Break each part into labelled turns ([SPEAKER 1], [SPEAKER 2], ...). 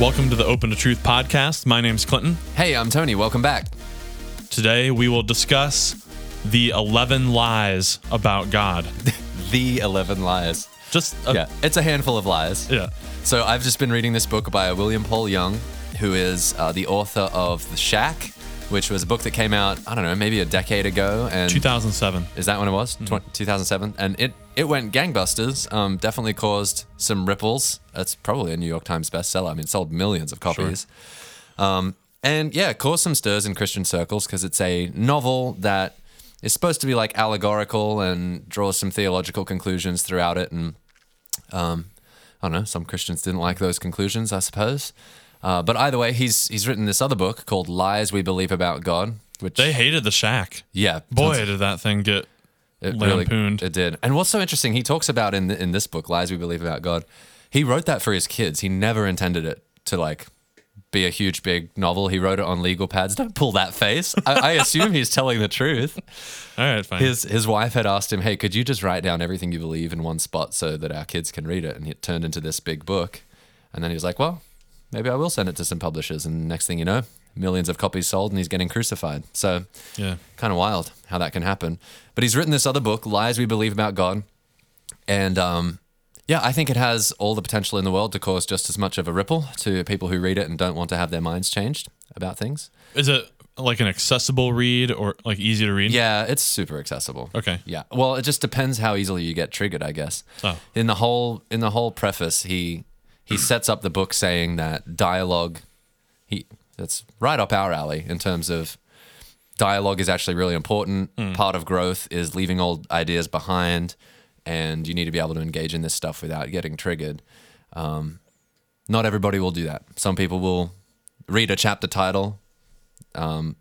[SPEAKER 1] Welcome to the Open to Truth podcast. My name's Clinton.
[SPEAKER 2] Hey, I'm Tony. Welcome back.
[SPEAKER 1] Today we will discuss the 11 lies about God.
[SPEAKER 2] The 11 Lies.
[SPEAKER 1] Just a,
[SPEAKER 2] Yeah, it's a handful of lies.
[SPEAKER 1] yeah.
[SPEAKER 2] So I've just been reading this book by William Paul Young, who is uh, the author of The Shack, which was a book that came out, I don't know, maybe a decade ago. And
[SPEAKER 1] 2007.
[SPEAKER 2] is that when it was?
[SPEAKER 1] Mm-hmm.
[SPEAKER 2] Twen- 2007. And it, it went gangbusters, um, definitely caused some ripples. It's probably a New York Times bestseller. I mean, it sold millions of copies. Um, and yeah, it caused some stirs in Christian circles because it's a novel that is supposed to be like allegorical and draws some theological conclusions throughout it. And um, I don't know. Some Christians didn't like those conclusions, I suppose. Uh, but either way, he's he's written this other book called "Lies We Believe About God," which
[SPEAKER 1] They hated the shack.
[SPEAKER 2] yeah,
[SPEAKER 1] Boy, did that thing get
[SPEAKER 2] it
[SPEAKER 1] lampooned.
[SPEAKER 2] it did. And what's so interesting, he talks about in th- in this book, "Lies We Believe About God." He wrote that for his kids. He never intended it to like be a huge big novel. He wrote it on legal pads. Don't pull that face. I, I assume he's telling the truth.
[SPEAKER 1] All right, fine.
[SPEAKER 2] His his wife had asked him, "Hey, could you just write down everything you believe in one spot so that our kids can read it?" And it turned into this big book. And then he was like, "Well, maybe I will send it to some publishers." And next thing you know, millions of copies sold, and he's getting crucified. So,
[SPEAKER 1] yeah.
[SPEAKER 2] kind of wild how that can happen. But he's written this other book, "Lies We Believe About God," and um, yeah, I think it has all the potential in the world to cause just as much of a ripple to people who read it and don't want to have their minds changed about things.
[SPEAKER 1] Is it like an accessible read or like easy to read?
[SPEAKER 2] Yeah, it's super accessible.
[SPEAKER 1] Okay.
[SPEAKER 2] Yeah. Well, it just depends how easily you get triggered, I guess.
[SPEAKER 1] Oh.
[SPEAKER 2] In the whole in the whole preface, he he sets up the book saying that dialogue he that's right up our alley in terms of dialogue is actually really important.
[SPEAKER 1] Hmm.
[SPEAKER 2] Part of growth is leaving old ideas behind and you need to be able to engage in this stuff without getting triggered. Um, not everybody will do that. Some people will read a chapter title, um,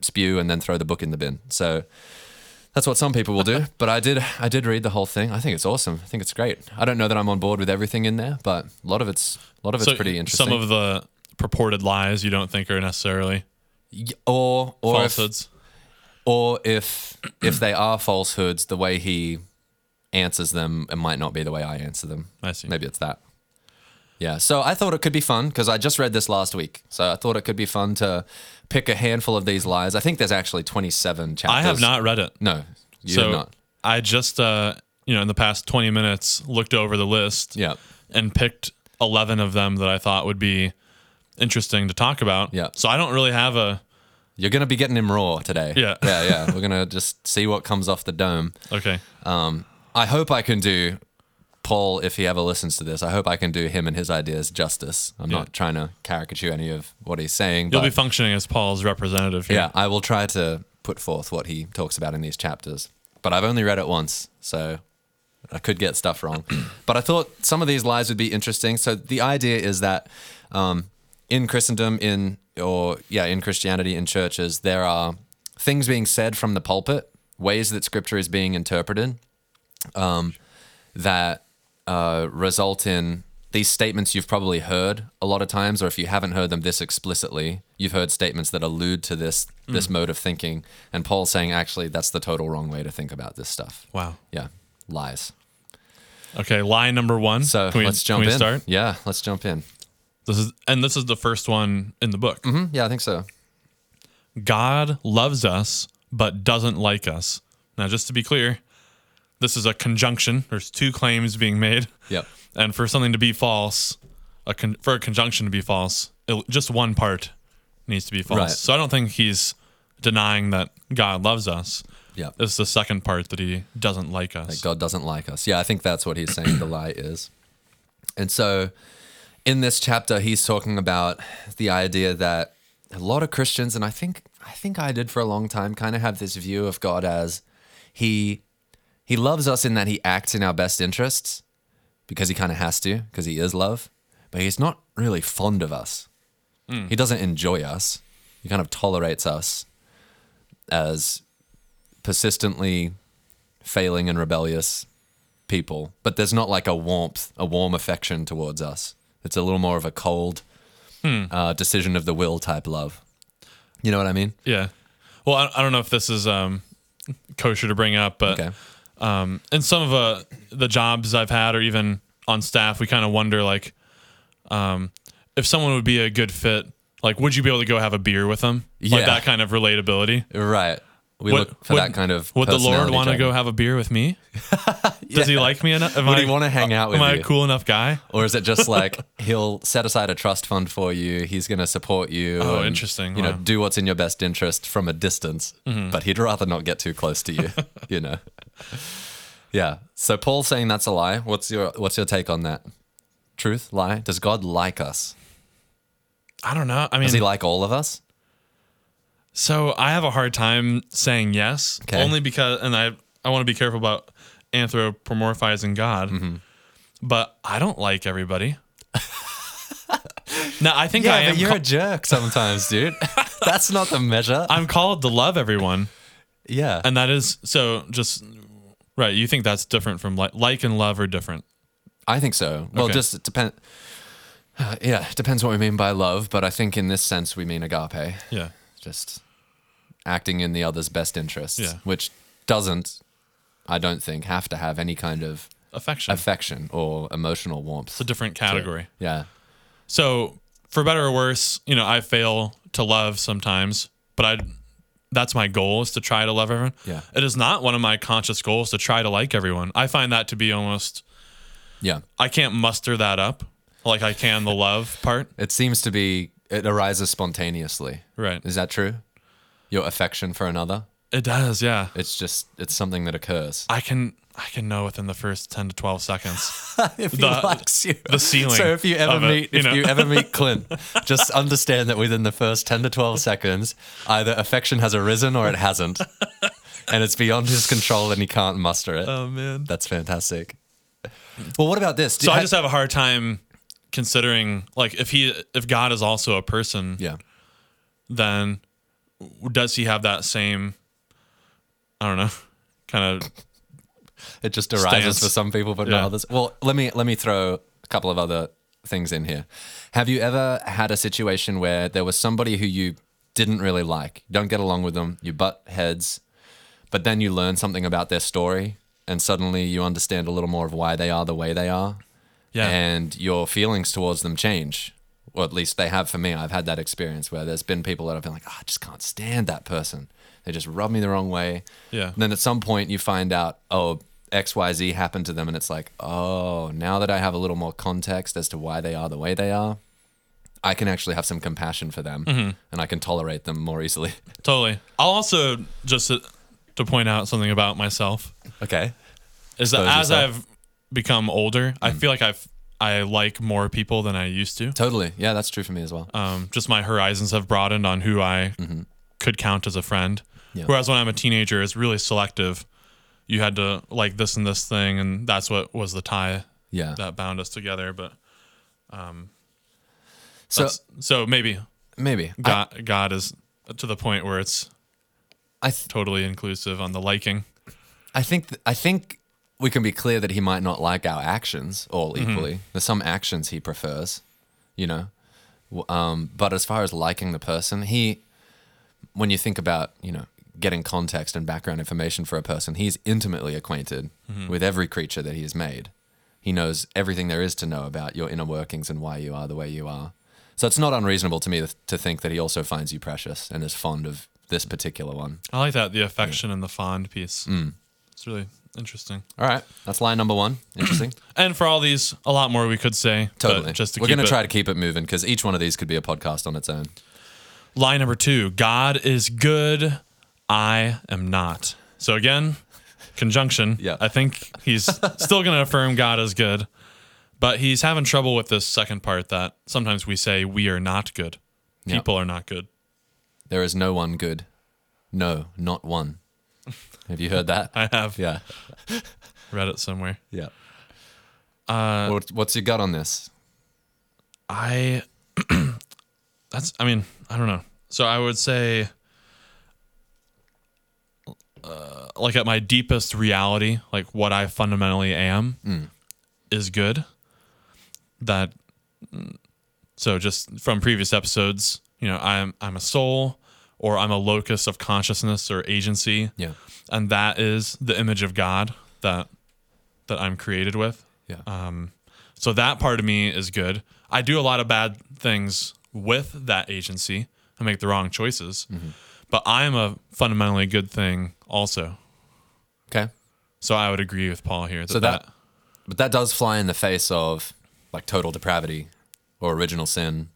[SPEAKER 2] spew and then throw the book in the bin. So that's what some people will do. but I did I did read the whole thing. I think it's awesome. I think it's great. I don't know that I'm on board with everything in there, but a lot of it's a lot of it's pretty interesting.
[SPEAKER 1] Some of the purported lies you don't think are necessarily
[SPEAKER 2] Y- or or if,
[SPEAKER 1] falsehoods.
[SPEAKER 2] or if if they are falsehoods, the way he answers them it might not be the way I answer them.
[SPEAKER 1] I see.
[SPEAKER 2] Maybe it's that. Yeah, so I thought it could be fun because I just read this last week. So I thought it could be fun to pick a handful of these lies. I think there's actually 27 chapters.
[SPEAKER 1] I have not read it.
[SPEAKER 2] No, you
[SPEAKER 1] so
[SPEAKER 2] have not.
[SPEAKER 1] I just, uh, you know, in the past 20 minutes, looked over the list
[SPEAKER 2] Yeah.
[SPEAKER 1] and picked 11 of them that I thought would be interesting to talk about.
[SPEAKER 2] Yeah.
[SPEAKER 1] So I don't really have a,
[SPEAKER 2] You're gonna be getting him raw today.
[SPEAKER 1] Yeah.
[SPEAKER 2] yeah, yeah. We're gonna just see what comes off the dome.
[SPEAKER 1] okay.
[SPEAKER 2] I hope I can do Paul, if he ever listens to this, I hope I can do him and his ideas justice. I'm
[SPEAKER 1] Yeah.
[SPEAKER 2] not trying to caricature any of what he's saying,
[SPEAKER 1] You'll
[SPEAKER 2] but
[SPEAKER 1] be functioning as Paul's representative here.
[SPEAKER 2] yeah, I will try to put forth what he talks about in these chapters. But I've only read it once, so I could get stuff wrong. but I thought some of these lies would be interesting. So the idea is that um, in Christendom, in or yeah, in Christianity, in churches, there are things being said from the pulpit, ways that Scripture is being interpreted, that uh, result in these statements you've probably heard a lot of times, or if you haven't heard them this explicitly, you've heard statements that allude to this
[SPEAKER 1] Mm.
[SPEAKER 2] this mode of thinking. And Paul's saying, actually, that's the total wrong way to think about this stuff.
[SPEAKER 1] Wow.
[SPEAKER 2] Yeah, lies.
[SPEAKER 1] Okay. Lie number one.
[SPEAKER 2] So
[SPEAKER 1] can we,
[SPEAKER 2] let's jump
[SPEAKER 1] can we
[SPEAKER 2] in.
[SPEAKER 1] start?
[SPEAKER 2] Yeah, let's jump in.
[SPEAKER 1] This is, and this is the first one in the book.
[SPEAKER 2] Hmm, yeah, I think so.
[SPEAKER 1] God loves us, but doesn't like us. Now, just to be clear, this is a conjunction. There's two claims being made.
[SPEAKER 2] Yep.
[SPEAKER 1] And for something to be false, a con- for a conjunction to be false, it, just one part needs to be false.
[SPEAKER 2] Right.
[SPEAKER 1] So I don't think he's denying that God loves us.
[SPEAKER 2] Yep.
[SPEAKER 1] It's the second part that he doesn't like us.
[SPEAKER 2] That God doesn't like us. Yeah, I think that's what he's saying the lie is. And so in this chapter he's talking about the idea that a lot of Christians and I think I think I did for a long time kind of have this view of God as he he loves us in that he acts in our best interests because he kind of has to because he is love, but he's not really fond of us. He doesn't enjoy us. He kind of tolerates us as persistently failing and rebellious people, but there's not like a warmth, a warm affection towards us. It's a little more of a cold
[SPEAKER 1] Hmm.
[SPEAKER 2] uh, decision of the will type love. You know what I mean?
[SPEAKER 1] Yeah. Well, I, I don't know if this is um, kosher to bring up, but
[SPEAKER 2] Okay.
[SPEAKER 1] um, in some of uh, the jobs I've had, or even on staff, we kind of wonder like, um, if someone would be a good fit, like would you be able to go have a beer with them?
[SPEAKER 2] Yeah.
[SPEAKER 1] Like that kind of relatability.
[SPEAKER 2] Right. We
[SPEAKER 1] Would-
[SPEAKER 2] look for
[SPEAKER 1] would-
[SPEAKER 2] that kind of.
[SPEAKER 1] Would the Lord
[SPEAKER 2] personality
[SPEAKER 1] want to
[SPEAKER 2] type.
[SPEAKER 1] go have a beer with me? Does he like me enough? Am I,
[SPEAKER 2] Would
[SPEAKER 1] uh,
[SPEAKER 2] he want to hang out with
[SPEAKER 1] Am I
[SPEAKER 2] you?
[SPEAKER 1] a cool enough guy?
[SPEAKER 2] Or is it just like he'll set aside a trust fund for you? He's going to support you.
[SPEAKER 1] Oh, interesting,
[SPEAKER 2] You know,
[SPEAKER 1] wow. Mm-hmm.
[SPEAKER 2] do what's in your best interest from a distance, but he'd rather not get too close to you. you know. Yeah. So Paul's saying that's a lie. What's your What's your take on that? Truth, lie. Does God like us?
[SPEAKER 1] I don't know. I mean,
[SPEAKER 2] Does he like all of us?
[SPEAKER 1] So I have a hard time saying yes,
[SPEAKER 2] Okay.
[SPEAKER 1] only because, and I I want to be careful about anthropomorphizing God,
[SPEAKER 2] Mm-hmm.
[SPEAKER 1] but I don't like everybody. now I think I
[SPEAKER 2] Yeah,
[SPEAKER 1] am.
[SPEAKER 2] but you're
[SPEAKER 1] ca-
[SPEAKER 2] a jerk sometimes, dude. that's not the measure.
[SPEAKER 1] I'm called to love everyone,
[SPEAKER 2] yeah.
[SPEAKER 1] and that is so. Just right. You think that's different from like like and love are different.
[SPEAKER 2] I think so. Well,
[SPEAKER 1] Okay.
[SPEAKER 2] just it depend. Uh, yeah, it depends what we mean by love, but I think in this sense we mean agape,
[SPEAKER 1] Yeah.
[SPEAKER 2] just acting in the other's best interests,
[SPEAKER 1] Yeah.
[SPEAKER 2] which doesn't, I don't think, have to have any kind of
[SPEAKER 1] Affection.
[SPEAKER 2] affection or emotional warmth.
[SPEAKER 1] it's a different category.
[SPEAKER 2] Yeah,
[SPEAKER 1] So, for better or worse, you know, I fail to love sometimes, but I that's my goal is to try to love everyone.
[SPEAKER 2] Yeah.
[SPEAKER 1] It is not one of my conscious goals to try to like everyone. I find that to be almost
[SPEAKER 2] yeah.
[SPEAKER 1] I can't muster that up like I can the love part.
[SPEAKER 2] It seems to be it arises spontaneously.
[SPEAKER 1] Right.
[SPEAKER 2] Is that true? Your affection for another.
[SPEAKER 1] It does, yeah.
[SPEAKER 2] It's just it's something that occurs.
[SPEAKER 1] I can I can know within the first 10 to 12 seconds.
[SPEAKER 2] if he
[SPEAKER 1] The-
[SPEAKER 2] likes you.
[SPEAKER 1] the ceiling
[SPEAKER 2] So if you ever
[SPEAKER 1] of it,
[SPEAKER 2] meet,
[SPEAKER 1] you
[SPEAKER 2] if
[SPEAKER 1] know.
[SPEAKER 2] you ever meet Clint, just understand that within the first ten to twelve seconds, either affection has arisen or it hasn't, and it's beyond his control and he can't muster it.
[SPEAKER 1] oh man.
[SPEAKER 2] That's fantastic. Well, what about this? Do
[SPEAKER 1] So
[SPEAKER 2] you
[SPEAKER 1] I
[SPEAKER 2] ha-
[SPEAKER 1] just have a hard time considering like if he if God is also a person,
[SPEAKER 2] yeah,
[SPEAKER 1] then does he have that same I don't know, kind of
[SPEAKER 2] it just arises
[SPEAKER 1] Stance.
[SPEAKER 2] for some people, but not
[SPEAKER 1] Yeah.
[SPEAKER 2] others. Well, let me let me throw a couple of other things in here. Have you ever had a situation where there was somebody who you didn't really like, don't get along with them, you butt heads, but then you learn something about their story, and suddenly you understand a little more of why they are the way they are,
[SPEAKER 1] yeah.
[SPEAKER 2] and your feelings towards them change. Or at least they have for me. I've had that experience where there's been people that I've been like, "Ah, I just can't stand that person. They just rub me the wrong way.
[SPEAKER 1] Yeah.
[SPEAKER 2] And then at some point you find out, oh, XYZ happened to them. And it's like, oh, now that I have a little more context as to why they are the way they are, I can actually have some compassion for them and I can tolerate them more easily.
[SPEAKER 1] Totally. I'll also just to, to point out something about myself
[SPEAKER 2] okay.
[SPEAKER 1] is that as
[SPEAKER 2] Expose yourself. Mm.
[SPEAKER 1] I've become older, I feel like I've I like more people than I used to.
[SPEAKER 2] Totally. Yeah, that's true for me as well.
[SPEAKER 1] Um, just my horizons have broadened on who I
[SPEAKER 2] Mm-hmm.
[SPEAKER 1] could count as a friend. Whereas when I'm a teenager, it's really selective. You had to like this and this thing, and that's what was the tie
[SPEAKER 2] Yeah.
[SPEAKER 1] that bound us together. But
[SPEAKER 2] so
[SPEAKER 1] so maybe
[SPEAKER 2] maybe. I-
[SPEAKER 1] God, God is to the point where it's
[SPEAKER 2] I, th-
[SPEAKER 1] totally inclusive on the liking.
[SPEAKER 2] I think th- I think we can be clear that he might not like our actions all equally. There's some actions he prefers, you know. W- Um, but as far as liking the person, he, when you think about you know getting context and background information for a person, he's intimately acquainted with every creature that he has made. He knows everything there is to know about your inner workings and why you are the way you are. So it's not unreasonable to me th- to think that he also finds you precious and is fond of this particular one.
[SPEAKER 1] I like that the affection and the fond piece.
[SPEAKER 2] Mm.
[SPEAKER 1] It's really interesting.
[SPEAKER 2] All right, that's line number one. Interesting.
[SPEAKER 1] And for all these, a lot more we could say. but
[SPEAKER 2] Totally.
[SPEAKER 1] Just to
[SPEAKER 2] We're
[SPEAKER 1] keep
[SPEAKER 2] going to
[SPEAKER 1] it-
[SPEAKER 2] try to keep it moving because each one of these could be a podcast on its own.
[SPEAKER 1] Line number two: God is good. I am not. So again, conjunction.
[SPEAKER 2] Yeah.
[SPEAKER 1] I think he's still going to affirm God is good, but he's having trouble with this second part that sometimes we say we are not good.
[SPEAKER 2] Yeah.
[SPEAKER 1] People are not good.
[SPEAKER 2] There is no one good. No, not one. Have you heard that?
[SPEAKER 1] I have
[SPEAKER 2] yeah.
[SPEAKER 1] read it somewhere.
[SPEAKER 2] Yeah. Uh, what, what's your gut on this?
[SPEAKER 1] I that's I mean, I don't know. So I would say uh, like at my deepest reality, like what I fundamentally am is good. That so just from previous episodes, you know, I'm I'm a soul or I'm a locus of consciousness or agency.
[SPEAKER 2] Yeah.
[SPEAKER 1] And that is the image of God that that I'm created with.
[SPEAKER 2] Yeah.
[SPEAKER 1] So that part of me is good. I do a lot of bad things with that agency. I make the wrong choices,
[SPEAKER 2] Mm-hmm.
[SPEAKER 1] but I am a fundamentally good thing also.
[SPEAKER 2] Okay.
[SPEAKER 1] So I would agree with Paul here. That
[SPEAKER 2] So that, but that does fly in the face of like total depravity or original sin.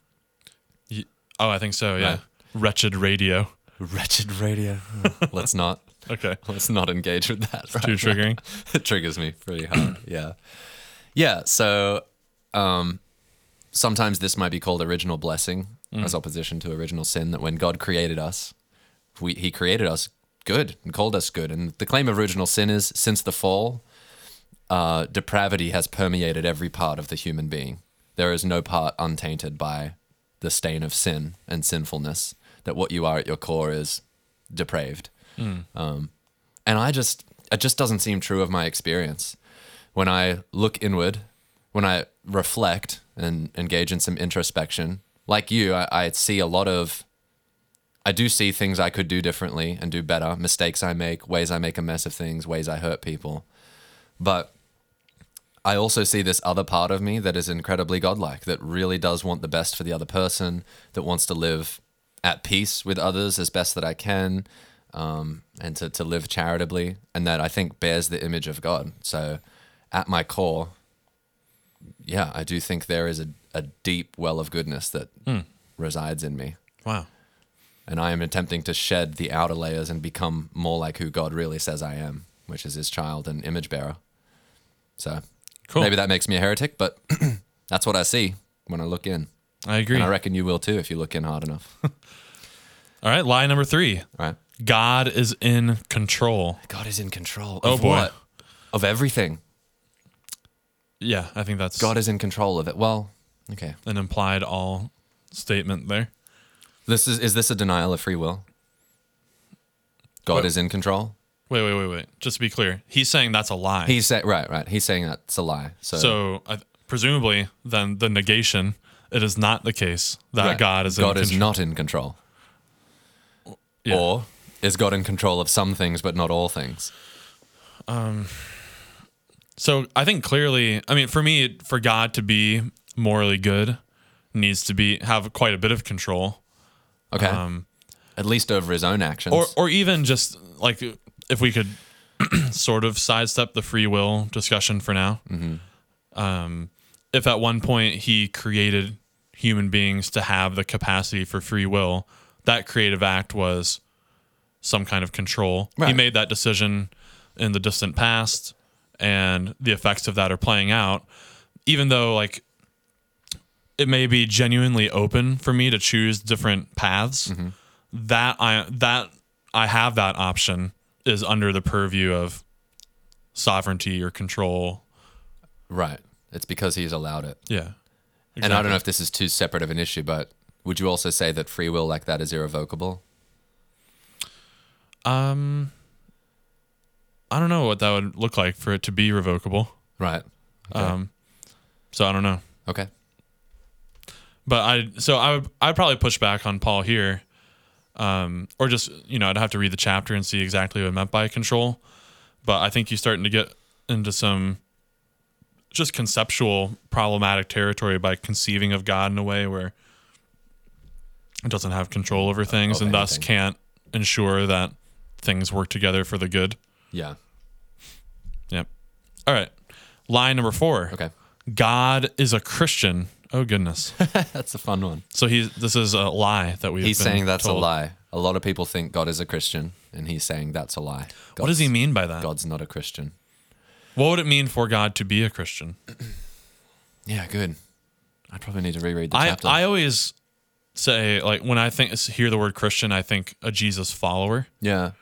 [SPEAKER 1] that- oh, I think so. Yeah,
[SPEAKER 2] Right.
[SPEAKER 1] wretched radio.
[SPEAKER 2] Wretched radio. let's not,
[SPEAKER 1] Okay,
[SPEAKER 2] let's not engage with that.
[SPEAKER 1] too
[SPEAKER 2] Right?
[SPEAKER 1] triggering.
[SPEAKER 2] it triggers me pretty hard. yeah. Yeah. So, um, sometimes this might be called original blessing as opposition to original sin. That when God created us, we, He created us good and called us good. And the claim of original sin is since the fall, uh, depravity has permeated every part of the human being. There is no part untainted by the stain of sin and sinfulness. That what you are at your core is depraved and I just it just doesn't seem true of my experience. When I look inward, when I reflect and engage in some introspection, like you, I, I see a lot of I do see things I could do differently and do better, mistakes I make, ways I make a mess of things, ways I hurt people. But I also see this other part of me that is incredibly godlike, that really does want the best for the other person, that wants to live at peace with others as best that I can, um, and to, to live charitably, and that I think bears the image of God. So at my core, yeah, I do think there is a, a deep well of goodness that
[SPEAKER 1] Hmm.
[SPEAKER 2] resides in me
[SPEAKER 1] Wow.
[SPEAKER 2] and I am attempting to shed the outer layers and become more like who God really says I am, which is His child and image bearer. So
[SPEAKER 1] Cool.
[SPEAKER 2] maybe that makes me a heretic, but that's what I see when I look in,
[SPEAKER 1] I agree.
[SPEAKER 2] and I
[SPEAKER 1] All
[SPEAKER 2] reckon you will too if you look in hard enough. All
[SPEAKER 1] right, lie number three.
[SPEAKER 2] right?
[SPEAKER 1] God is in control.
[SPEAKER 2] God is in control. Of
[SPEAKER 1] Oh, boy.
[SPEAKER 2] what? Of everything.
[SPEAKER 1] Yeah, I think that's
[SPEAKER 2] God is in control of it. Well, okay.
[SPEAKER 1] an implied all statement there.
[SPEAKER 2] This is is this a denial of free will? God
[SPEAKER 1] Well-
[SPEAKER 2] is in control.
[SPEAKER 1] Wait, wait, wait, wait. Just to be clear, he's saying that's a lie.
[SPEAKER 2] He's say, right, right. He's saying that's a lie.
[SPEAKER 1] so uh, I, presumably, then the negation, it is not the case that
[SPEAKER 2] Right.
[SPEAKER 1] God is
[SPEAKER 2] God
[SPEAKER 1] in
[SPEAKER 2] is
[SPEAKER 1] control.
[SPEAKER 2] not in control.
[SPEAKER 1] Yeah.
[SPEAKER 2] Or is God in control of some things but not all things?
[SPEAKER 1] So I think clearly, I mean, for me, for God to be morally good, needs to be have quite a bit of control,
[SPEAKER 2] Okay.
[SPEAKER 1] Um,
[SPEAKER 2] At least over his own actions.
[SPEAKER 1] or or even just like if we could sort of sidestep the free will discussion for now. Um, if at one point he created human beings to have the capacity for free will, that creative act was some kind of control. He
[SPEAKER 2] Right.
[SPEAKER 1] made that decision in the distant past, and the effects of that are playing out. Even though, like, it may be genuinely open for me to choose different paths, that I that I have that option is under the purview of sovereignty or control.
[SPEAKER 2] right. It's because he's allowed it.
[SPEAKER 1] Yeah.
[SPEAKER 2] And I don't know if this is too separate of an issue, but would you also say that free will like that is irrevocable?
[SPEAKER 1] I don't know what that would look like for it to be revocable.
[SPEAKER 2] Right.
[SPEAKER 1] Um, so I don't know.
[SPEAKER 2] Okay.
[SPEAKER 1] But I so I would I'd probably push back on Paul here, um, or just you know I'd have to read the chapter and see exactly what it meant by control. But I think you're starting to get into some just conceptual problematic territory by conceiving of God in a way where it doesn't have control over things
[SPEAKER 2] Of
[SPEAKER 1] and thus
[SPEAKER 2] Uh, anything.
[SPEAKER 1] can't ensure that things work together for the good.
[SPEAKER 2] Yeah.
[SPEAKER 1] Yep. All right. Line number four.
[SPEAKER 2] Okay.
[SPEAKER 1] God is a Christian. Oh goodness.
[SPEAKER 2] That's a fun one.
[SPEAKER 1] So he's this is a lie that we.
[SPEAKER 2] He's saying that's a lie. A lot of people think God is a Christian, and he's saying that's a lie.
[SPEAKER 1] What does he
[SPEAKER 2] God's-
[SPEAKER 1] mean by that?
[SPEAKER 2] God's not a Christian.
[SPEAKER 1] What would it mean for God to be a Christian?
[SPEAKER 2] Yeah, good. I probably need to reread the
[SPEAKER 1] I
[SPEAKER 2] chapter.
[SPEAKER 1] I always say like when I think hear the word Christian, I think a Jesus follower.
[SPEAKER 2] Yeah.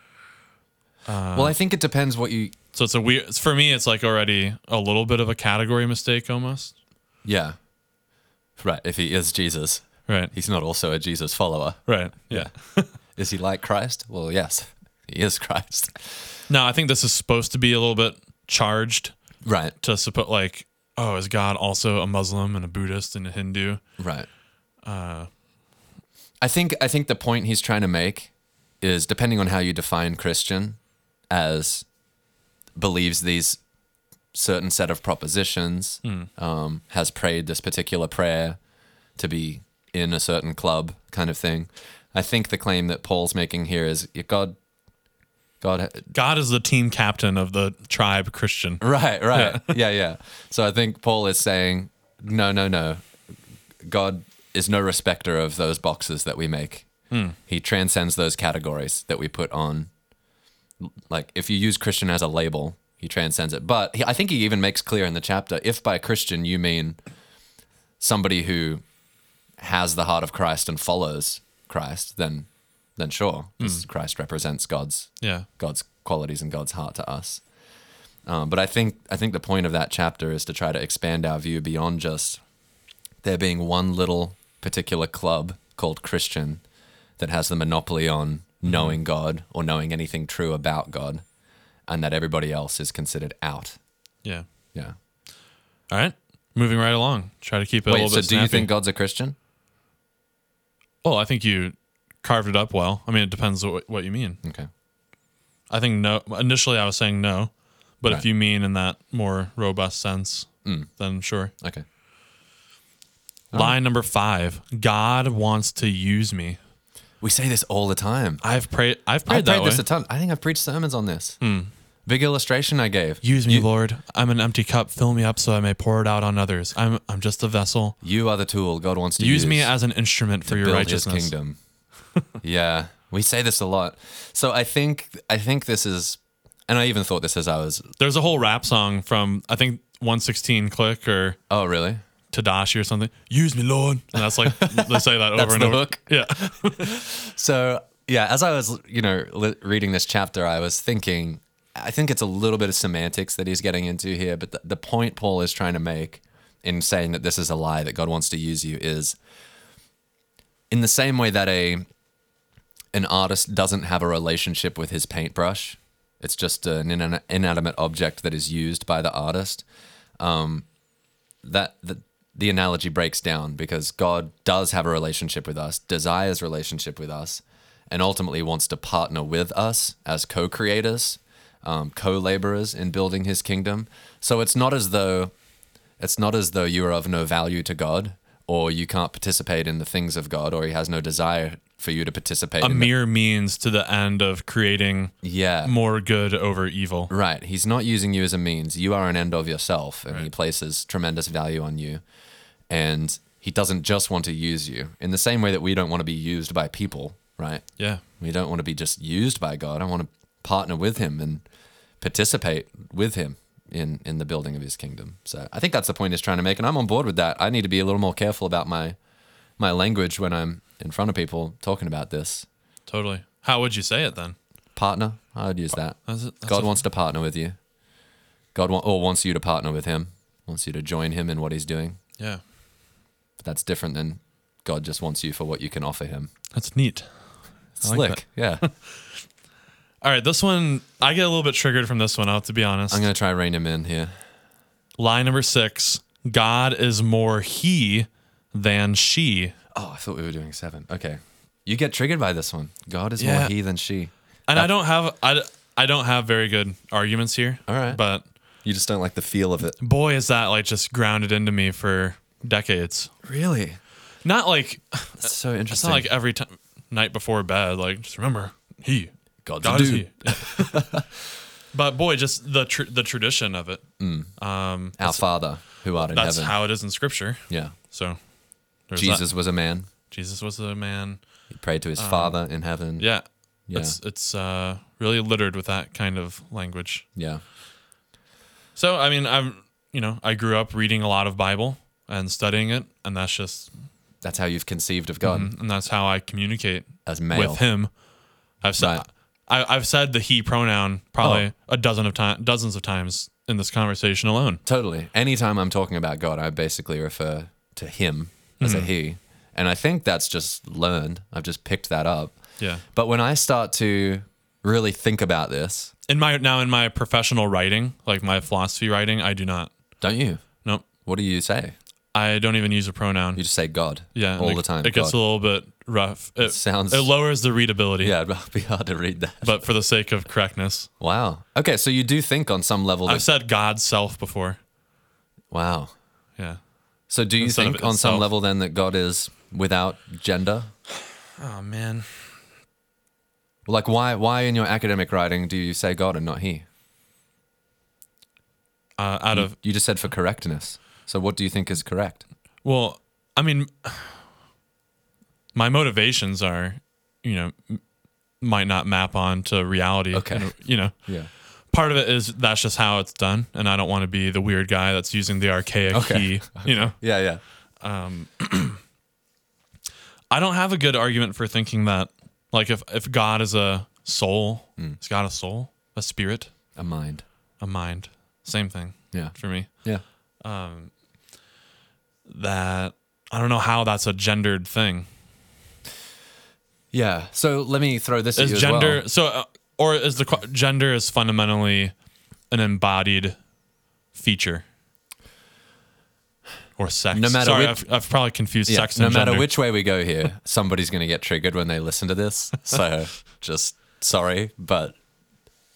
[SPEAKER 1] Uh,
[SPEAKER 2] well, I think it depends what you.
[SPEAKER 1] So it's a weird for me. It's like already a little bit of a category mistake almost.
[SPEAKER 2] Yeah. Right. If he is Jesus,
[SPEAKER 1] Right.
[SPEAKER 2] he's not also a Jesus follower.
[SPEAKER 1] Right. Yeah.
[SPEAKER 2] Is he like Christ? Well, yes, he is Christ.
[SPEAKER 1] No, I think this is supposed to be a little bit charged
[SPEAKER 2] Right.
[SPEAKER 1] to support like. Oh, is God also a Muslim and a Buddhist and a Hindu?
[SPEAKER 2] Right. Uh, I think I think the point he's trying to make is depending on how you define Christian as believes these certain set of propositions, um, has prayed this particular prayer to be in a certain club, kind of thing. I think the claim that Paul's making here is God, God
[SPEAKER 1] God is the team captain of the tribe Christian.
[SPEAKER 2] Right, right. Yeah. yeah, So I think Paul is saying, no, no, no. God is no respecter of those boxes that we make. He transcends those categories that we put on. Like, if you use Christian as a label, he transcends it. But he, I think he even makes clear in the chapter if by Christian you mean somebody who has the heart of Christ and follows Christ, then then sure, 'cause Christ represents God's
[SPEAKER 1] Yeah.
[SPEAKER 2] God's qualities and God's heart to us. Um, but I think I think the point of that chapter is to try to expand our view beyond just there being one little particular club called Christian that has the monopoly on
[SPEAKER 1] Mm-hmm.
[SPEAKER 2] knowing God or knowing anything true about God, and that everybody else is considered out.
[SPEAKER 1] Yeah.
[SPEAKER 2] Yeah.
[SPEAKER 1] All right. Moving right along. Try to keep it a
[SPEAKER 2] Wait.
[SPEAKER 1] little
[SPEAKER 2] So
[SPEAKER 1] bit
[SPEAKER 2] do you
[SPEAKER 1] snappy.
[SPEAKER 2] think God's a Christian?
[SPEAKER 1] Well, I think you carved it up well. I mean, it depends what, what you mean.
[SPEAKER 2] Okay.
[SPEAKER 1] I think no. Initially, I was saying no, but
[SPEAKER 2] Right. Mm.
[SPEAKER 1] if you mean in that more robust sense, then sure.
[SPEAKER 2] Okay.
[SPEAKER 1] Line number five: God wants to use me.
[SPEAKER 2] We say this all the time.
[SPEAKER 1] I've prayed. I've
[SPEAKER 2] I
[SPEAKER 1] prayed that
[SPEAKER 2] prayed
[SPEAKER 1] way. Hmm.
[SPEAKER 2] this a ton. I think I've preached sermons on this. Big illustration I gave.
[SPEAKER 1] use me, Lord. I'm an empty cup. Fill me up so I may pour it out on others. I'm I'm just a vessel.
[SPEAKER 2] You are the tool God wants to
[SPEAKER 1] Use,
[SPEAKER 2] use.
[SPEAKER 1] me as an instrument for your
[SPEAKER 2] build
[SPEAKER 1] righteousness.
[SPEAKER 2] his kingdom. yeah, we say this a lot. So I think I think this is, and I even thought this as I was.
[SPEAKER 1] There's a whole rap song from I think 116 Click or
[SPEAKER 2] Oh, really?
[SPEAKER 1] Tadashi or something. Use me, Lord. And that's like they say that over
[SPEAKER 2] That's
[SPEAKER 1] and
[SPEAKER 2] the
[SPEAKER 1] over.
[SPEAKER 2] hook.
[SPEAKER 1] Yeah.
[SPEAKER 2] So yeah, as I was you know li- reading this chapter, I was thinking. I think it's a little bit of semantics that he's getting into here, but the, the point Paul is trying to make in saying that this is a lie that God wants to use you is in the same way that a an artist doesn't have a relationship with his paintbrush. It's just an inan- inanimate object that is used by the artist. Um, that the, the analogy breaks down because God does have a relationship with us, desires relationship with us, and ultimately wants to partner with us as co-creators, um, co-laborers in building His kingdom. So it's not as though it's not as though you are of no value to God or you can't participate in the things of God or He has no desire for you to participate.
[SPEAKER 1] A
[SPEAKER 2] in the-
[SPEAKER 1] mere means to the end of creating
[SPEAKER 2] yeah.
[SPEAKER 1] more good over evil.
[SPEAKER 2] Right. He's not using you as a means. You are an end of yourself, and he places tremendous value on you. And he doesn't just want to use you in the same way that we don't want to be used by people, right?
[SPEAKER 1] Yeah.
[SPEAKER 2] We don't want to be just used by God. I want to partner with him and participate with him in, in the building of his kingdom. So I think that's the point he's trying to make, and I'm on board with that. I need to be a little more careful about my my language when I'm in front of people talking about this.
[SPEAKER 1] Totally. How would you say it then?
[SPEAKER 2] Partner, I would use that.
[SPEAKER 1] That's it- that's
[SPEAKER 2] God
[SPEAKER 1] a-
[SPEAKER 2] wants to partner with you. God wa- or wants you to partner with Him. Wants you to join Him in what He's doing.
[SPEAKER 1] Yeah.
[SPEAKER 2] But that's different than God just wants you for what you can offer Him.
[SPEAKER 1] That's neat. I like
[SPEAKER 2] Slick, yeah.
[SPEAKER 1] All right, this one I get a little bit triggered from this one. I have to be honest.
[SPEAKER 2] I'm gonna try rein Him in here.
[SPEAKER 1] Line number six: God is more He than she.
[SPEAKER 2] Oh, I thought we were doing seven. Okay, you get triggered by this one. God is more
[SPEAKER 1] Yeah.
[SPEAKER 2] He than she.
[SPEAKER 1] And I don't have I, I don't have very good arguments here.
[SPEAKER 2] All right.
[SPEAKER 1] but
[SPEAKER 2] You just don't like the feel of it.
[SPEAKER 1] boy, is that like just grounded into me for decades.
[SPEAKER 2] Really?
[SPEAKER 1] Not like
[SPEAKER 2] That's so
[SPEAKER 1] it's
[SPEAKER 2] interesting.
[SPEAKER 1] not like every time night before bed. Like just remember He
[SPEAKER 2] God's
[SPEAKER 1] God
[SPEAKER 2] a
[SPEAKER 1] is
[SPEAKER 2] dude.
[SPEAKER 1] He. but boy, just the tr- the tradition of it.
[SPEAKER 2] Our Father who art in
[SPEAKER 1] That's
[SPEAKER 2] heaven.
[SPEAKER 1] how it is in Scripture.
[SPEAKER 2] yeah.
[SPEAKER 1] So there's that.
[SPEAKER 2] Jesus was a man.
[SPEAKER 1] Jesus was a man.
[SPEAKER 2] He prayed to his Father in heaven.
[SPEAKER 1] Um, Yeah.
[SPEAKER 2] Yeah.
[SPEAKER 1] It's it's uh, really littered with that kind of language.
[SPEAKER 2] Yeah.
[SPEAKER 1] So I mean, I'm you know I grew up reading a lot of Bible and studying it, and that's just
[SPEAKER 2] That's how you've conceived of God
[SPEAKER 1] and that's how I communicate
[SPEAKER 2] as male.
[SPEAKER 1] Mm-hmm. with Him. I've said
[SPEAKER 2] Right. Oh.
[SPEAKER 1] I, I've said the He pronoun probably a dozen of time dozens of times in this conversation alone.
[SPEAKER 2] Totally. Anytime I'm talking about God, I basically refer to him as
[SPEAKER 1] Hmm.
[SPEAKER 2] a he. And I think that's just learned. I've just picked that up.
[SPEAKER 1] Yeah.
[SPEAKER 2] But when I start to really think about this,
[SPEAKER 1] In my now in my professional writing, like my philosophy writing, I do not.
[SPEAKER 2] don't you?
[SPEAKER 1] Nope.
[SPEAKER 2] What do you say?
[SPEAKER 1] I don't even use a pronoun.
[SPEAKER 2] You just say God
[SPEAKER 1] yeah, and
[SPEAKER 2] all
[SPEAKER 1] it-
[SPEAKER 2] the time.
[SPEAKER 1] It gets
[SPEAKER 2] God.
[SPEAKER 1] a little bit rough. It,
[SPEAKER 2] sounds-
[SPEAKER 1] It lowers the readability.
[SPEAKER 2] yeah, it'd be hard to read that.
[SPEAKER 1] But for the sake of correctness,
[SPEAKER 2] Wow. Okay, so you do think on some level.
[SPEAKER 1] I've
[SPEAKER 2] That,
[SPEAKER 1] said God's self before.
[SPEAKER 2] wow.
[SPEAKER 1] Yeah.
[SPEAKER 2] So do you
[SPEAKER 1] Instead of
[SPEAKER 2] think on some
[SPEAKER 1] itself.
[SPEAKER 2] level then that God is without gender?
[SPEAKER 1] Oh man.
[SPEAKER 2] Like why why in your academic writing do you say God and not He?
[SPEAKER 1] Uh, out of
[SPEAKER 2] You just said for correctness. So what do you think is correct?
[SPEAKER 1] Well, I mean, my motivations are, you know, m- might not map on to reality.
[SPEAKER 2] Okay.
[SPEAKER 1] And, you know,
[SPEAKER 2] Yeah.
[SPEAKER 1] part of it is that's just how it's done, and I don't want to be the weird guy that's using the archaic
[SPEAKER 2] Okay.
[SPEAKER 1] key. You know,
[SPEAKER 2] Yeah, yeah.
[SPEAKER 1] I don't have a good argument for thinking that, like, if if God is a soul,
[SPEAKER 2] Hmm.
[SPEAKER 1] is God a soul, a spirit,
[SPEAKER 2] A mind.
[SPEAKER 1] a mind? Same thing
[SPEAKER 2] Yeah.
[SPEAKER 1] for me.
[SPEAKER 2] Yeah.
[SPEAKER 1] That I don't know how that's a gendered thing.
[SPEAKER 2] Yeah. So let me throw this at you
[SPEAKER 1] is gender
[SPEAKER 2] as well.
[SPEAKER 1] so uh, or is the qu- gender is fundamentally an embodied feature or sex
[SPEAKER 2] No matter
[SPEAKER 1] sorry
[SPEAKER 2] which-
[SPEAKER 1] I've, I've probably confused
[SPEAKER 2] Yeah,
[SPEAKER 1] sex and
[SPEAKER 2] no matter
[SPEAKER 1] gender.
[SPEAKER 2] which way we go here, somebody's going to get triggered when they listen to this. So just sorry, but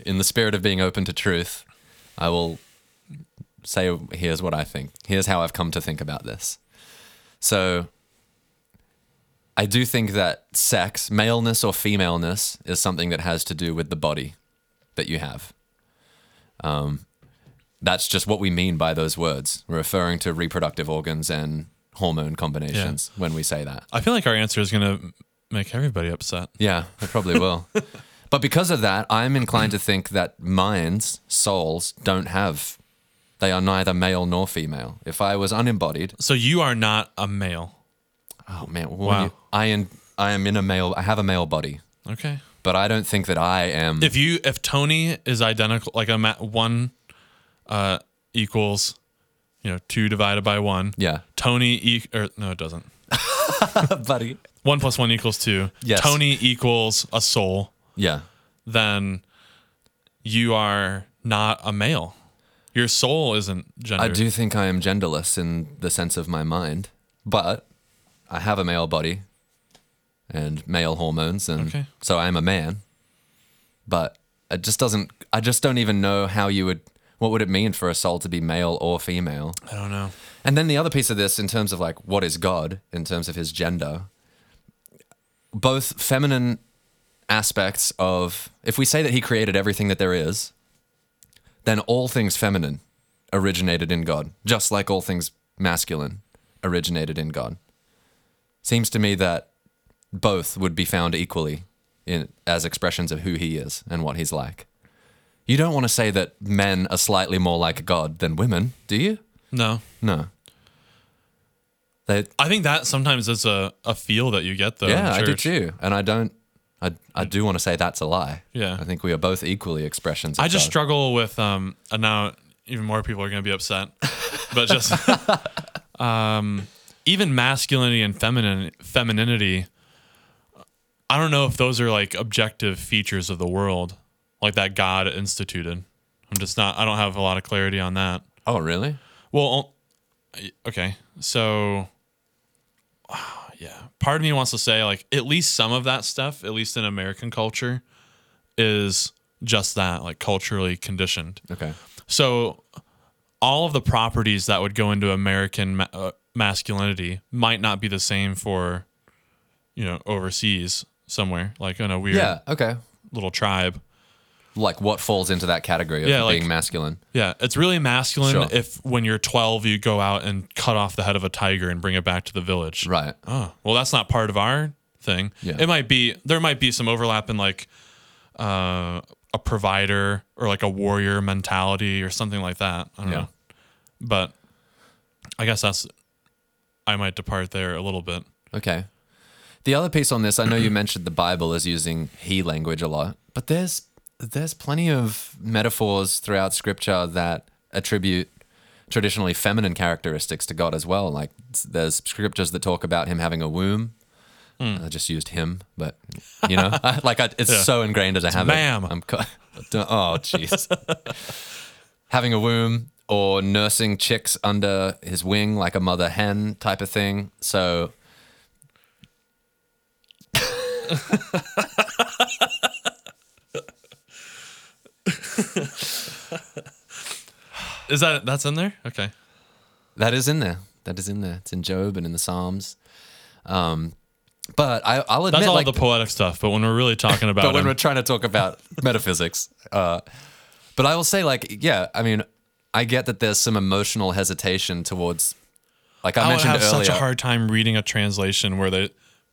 [SPEAKER 2] in the spirit of being open to truth, I will say here's what I think. Here's how I've come to think about this. So I do think that sex, maleness or femaleness, is something that has to do with the body that you have. Um, that's just what we mean by those words. We're referring to reproductive organs and hormone combinations when we say that.
[SPEAKER 1] i feel like our answer is going to make everybody upset
[SPEAKER 2] Yeah, I probably will. but because of that, I'm inclined to think that minds, souls, don't have. They are neither male nor female. If I was unembodied,
[SPEAKER 1] so you are not a male
[SPEAKER 2] oh man, well,
[SPEAKER 1] Wow.
[SPEAKER 2] you- I am. I am in a male. I have a male body,
[SPEAKER 1] okay
[SPEAKER 2] but I don't think that I am.
[SPEAKER 1] if you if tony is identical like a ma- one uh equals you know two divided by one
[SPEAKER 2] yeah,
[SPEAKER 1] tony e- or no it doesn't
[SPEAKER 2] buddy.
[SPEAKER 1] one plus one equals two
[SPEAKER 2] Yes.
[SPEAKER 1] tony equals a soul
[SPEAKER 2] Yeah,
[SPEAKER 1] then you are not a male. Your soul isn't gendered.
[SPEAKER 2] I do think I am genderless in the sense of my mind, but I have a male body and male hormones, and
[SPEAKER 1] Okay.
[SPEAKER 2] so I am a man. But it just doesn't. I just don't even know how you would. What would it mean for a soul to be male or female?
[SPEAKER 1] I don't know.
[SPEAKER 2] And then the other piece of this, in terms of like what is God, in terms of his gender, both feminine aspects of, if we say that he created everything that there is, then all things feminine originated in God, just like all things masculine originated in God. Seems to me that both would be found equally in, as expressions of who he is and what he's like. You don't want to say that men are slightly more like God than women, do you?
[SPEAKER 1] No.
[SPEAKER 2] No. They,
[SPEAKER 1] I think that sometimes is a, a feel that you get though. in
[SPEAKER 2] yeah, I do
[SPEAKER 1] church.
[SPEAKER 2] too. And I don't, I, I do want to say that's a lie.
[SPEAKER 1] Yeah.
[SPEAKER 2] I think we are both equally expressions of
[SPEAKER 1] I just
[SPEAKER 2] God.
[SPEAKER 1] struggle with um and now even more people are gonna be upset. But just um even masculinity and feminine femininity I don't know if those are like objective features of the world like that God instituted. I'm just not I don't have a lot of clarity on that.
[SPEAKER 2] Oh, really?
[SPEAKER 1] Well, okay. So, ah, yeah. Part of me wants to say, like, at least some of that stuff, at least in American culture, is just that, like, culturally conditioned.
[SPEAKER 2] Okay.
[SPEAKER 1] So, all of the properties that would go into American ma- uh, masculinity might not be the same for, you know, overseas somewhere, like in a weird
[SPEAKER 2] Yeah. Okay.
[SPEAKER 1] little tribe.
[SPEAKER 2] Like what falls into that category of
[SPEAKER 1] Yeah,
[SPEAKER 2] being
[SPEAKER 1] like-
[SPEAKER 2] masculine?
[SPEAKER 1] Yeah, it's really masculine
[SPEAKER 2] Sure.
[SPEAKER 1] if when you're 12 you go out and cut off the head of a tiger and bring it back to the village.
[SPEAKER 2] Right.
[SPEAKER 1] Oh, well, that's not part of our thing.
[SPEAKER 2] Yeah.
[SPEAKER 1] It might be there might be some overlap in like uh, a provider or like a warrior mentality or something like that. I don't
[SPEAKER 2] Yeah.
[SPEAKER 1] know, but I guess that's I might depart there a little bit.
[SPEAKER 2] Okay. The other piece on this, I know you mentioned the Bible is using he language a lot, but there's there's plenty of metaphors throughout scripture that attribute traditionally feminine characteristics to God as well. Like s- there's scriptures that talk about him having a womb. I just used him, but you know, like I, it's so ingrained as a habit.
[SPEAKER 1] ma'am.
[SPEAKER 2] I'm co- oh jeez. having a womb or nursing chicks under his wing like a mother hen type of thing. So
[SPEAKER 1] Is that that's in there? Okay.
[SPEAKER 2] That is in there. That is in there. It's in Job and in the Psalms. Um, but I, I'll admit,
[SPEAKER 1] That's all
[SPEAKER 2] like,
[SPEAKER 1] the poetic stuff, but when we're really talking about
[SPEAKER 2] but when
[SPEAKER 1] him-
[SPEAKER 2] we're trying to talk about metaphysics, uh, but I will say, like, yeah, I mean, I get that there's some emotional hesitation towards, like I,
[SPEAKER 1] I would
[SPEAKER 2] mentioned
[SPEAKER 1] have
[SPEAKER 2] earlier,
[SPEAKER 1] such a hard time reading a translation where they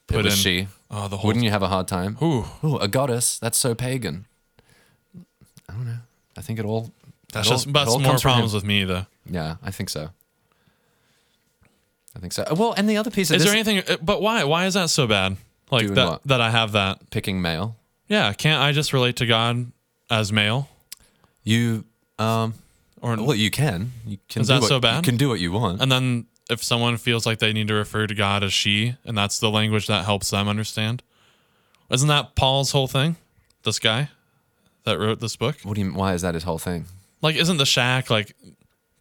[SPEAKER 1] put
[SPEAKER 2] was
[SPEAKER 1] in
[SPEAKER 2] she.
[SPEAKER 1] Oh, the whole
[SPEAKER 2] Wouldn't you have a hard time?
[SPEAKER 1] Ooh.
[SPEAKER 2] Ooh, a goddess. That's so pagan. I don't know. I think it all.
[SPEAKER 1] That's
[SPEAKER 2] it all-
[SPEAKER 1] just
[SPEAKER 2] it
[SPEAKER 1] that's
[SPEAKER 2] all
[SPEAKER 1] more
[SPEAKER 2] comes from him.
[SPEAKER 1] problems with me though.
[SPEAKER 2] Yeah, I think so. I think so. Well, and the other piece of
[SPEAKER 1] Is
[SPEAKER 2] this
[SPEAKER 1] there anything? uh, But why? Why is that so bad? Like
[SPEAKER 2] Doing
[SPEAKER 1] that
[SPEAKER 2] what?
[SPEAKER 1] that I have that.
[SPEAKER 2] picking male.
[SPEAKER 1] Yeah, can't I just relate to God as male?
[SPEAKER 2] You um
[SPEAKER 1] Or
[SPEAKER 2] well you can. You can
[SPEAKER 1] Is
[SPEAKER 2] do
[SPEAKER 1] that
[SPEAKER 2] what,
[SPEAKER 1] so bad?
[SPEAKER 2] You can do what you want.
[SPEAKER 1] and then if someone feels like they need to refer to God as she, and that's the language that helps them understand, isn't that Paul's whole thing? This guy that wrote this book,
[SPEAKER 2] What do you mean why is that his whole thing?
[SPEAKER 1] like, isn't the shack like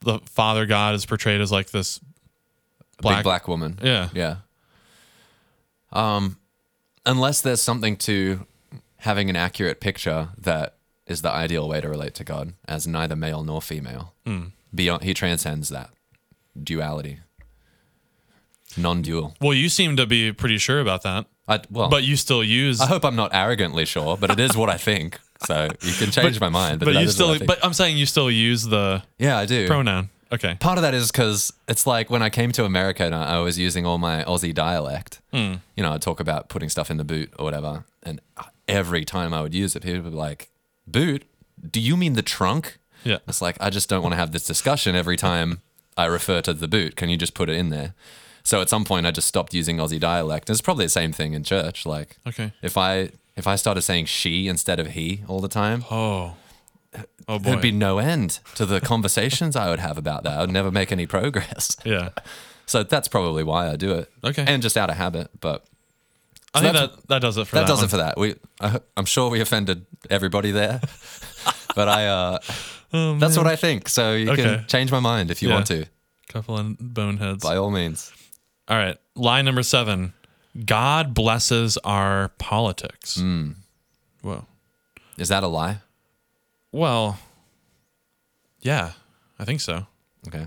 [SPEAKER 1] the Father God is portrayed as like this
[SPEAKER 2] Big
[SPEAKER 1] black?
[SPEAKER 2] black woman.
[SPEAKER 1] Yeah.
[SPEAKER 2] Yeah. Um unless there's something to having an accurate picture that is the ideal way to relate to God as neither male nor female.
[SPEAKER 1] Hmm.
[SPEAKER 2] Beyond he transcends that duality. Non-dual.
[SPEAKER 1] Well, you seem to be pretty sure about that,
[SPEAKER 2] I, well,
[SPEAKER 1] but you still use.
[SPEAKER 2] I hope I'm not arrogantly sure, but it is what I think. So you can change my mind.
[SPEAKER 1] but
[SPEAKER 2] that
[SPEAKER 1] you
[SPEAKER 2] is what
[SPEAKER 1] still,
[SPEAKER 2] I think.
[SPEAKER 1] but I'm saying you still use the
[SPEAKER 2] yeah, I do.
[SPEAKER 1] pronoun. Okay.
[SPEAKER 2] part of that is because it's like when I came to America and I I was using all my Aussie dialect.
[SPEAKER 1] Hmm.
[SPEAKER 2] You know, I talk about putting stuff in the boot or whatever, and every time I would use it, people would be like, "Boot? Do you mean the trunk?"
[SPEAKER 1] Yeah.
[SPEAKER 2] It's like I just don't want to have this discussion every time I refer to the boot. Can you just put it in there? So at some point, I just stopped using Aussie dialect. It's probably the same thing in church. Like,
[SPEAKER 1] Okay.
[SPEAKER 2] if I if I started saying she instead of he all the time,
[SPEAKER 1] Oh. Oh boy.
[SPEAKER 2] there'd be no end to the conversations I would have about that. I'd never make any progress.
[SPEAKER 1] yeah.
[SPEAKER 2] So that's probably why I do it.
[SPEAKER 1] Okay.
[SPEAKER 2] And just out of habit, but
[SPEAKER 1] I think
[SPEAKER 2] that's-
[SPEAKER 1] that that does it for
[SPEAKER 2] that,
[SPEAKER 1] that.
[SPEAKER 2] does
[SPEAKER 1] one.
[SPEAKER 2] it for that. We, I, ho- I'm sure we offended everybody there, but I, uh, that's what I think. So you
[SPEAKER 1] Oh, Okay.
[SPEAKER 2] can change my mind if you
[SPEAKER 1] Yeah.
[SPEAKER 2] want to,
[SPEAKER 1] Couple of boneheads.
[SPEAKER 2] by all means.
[SPEAKER 1] All right. Line number seven. God blesses our politics. Whoa.
[SPEAKER 2] Is that a lie?
[SPEAKER 1] Well. Yeah, I think so.
[SPEAKER 2] Okay.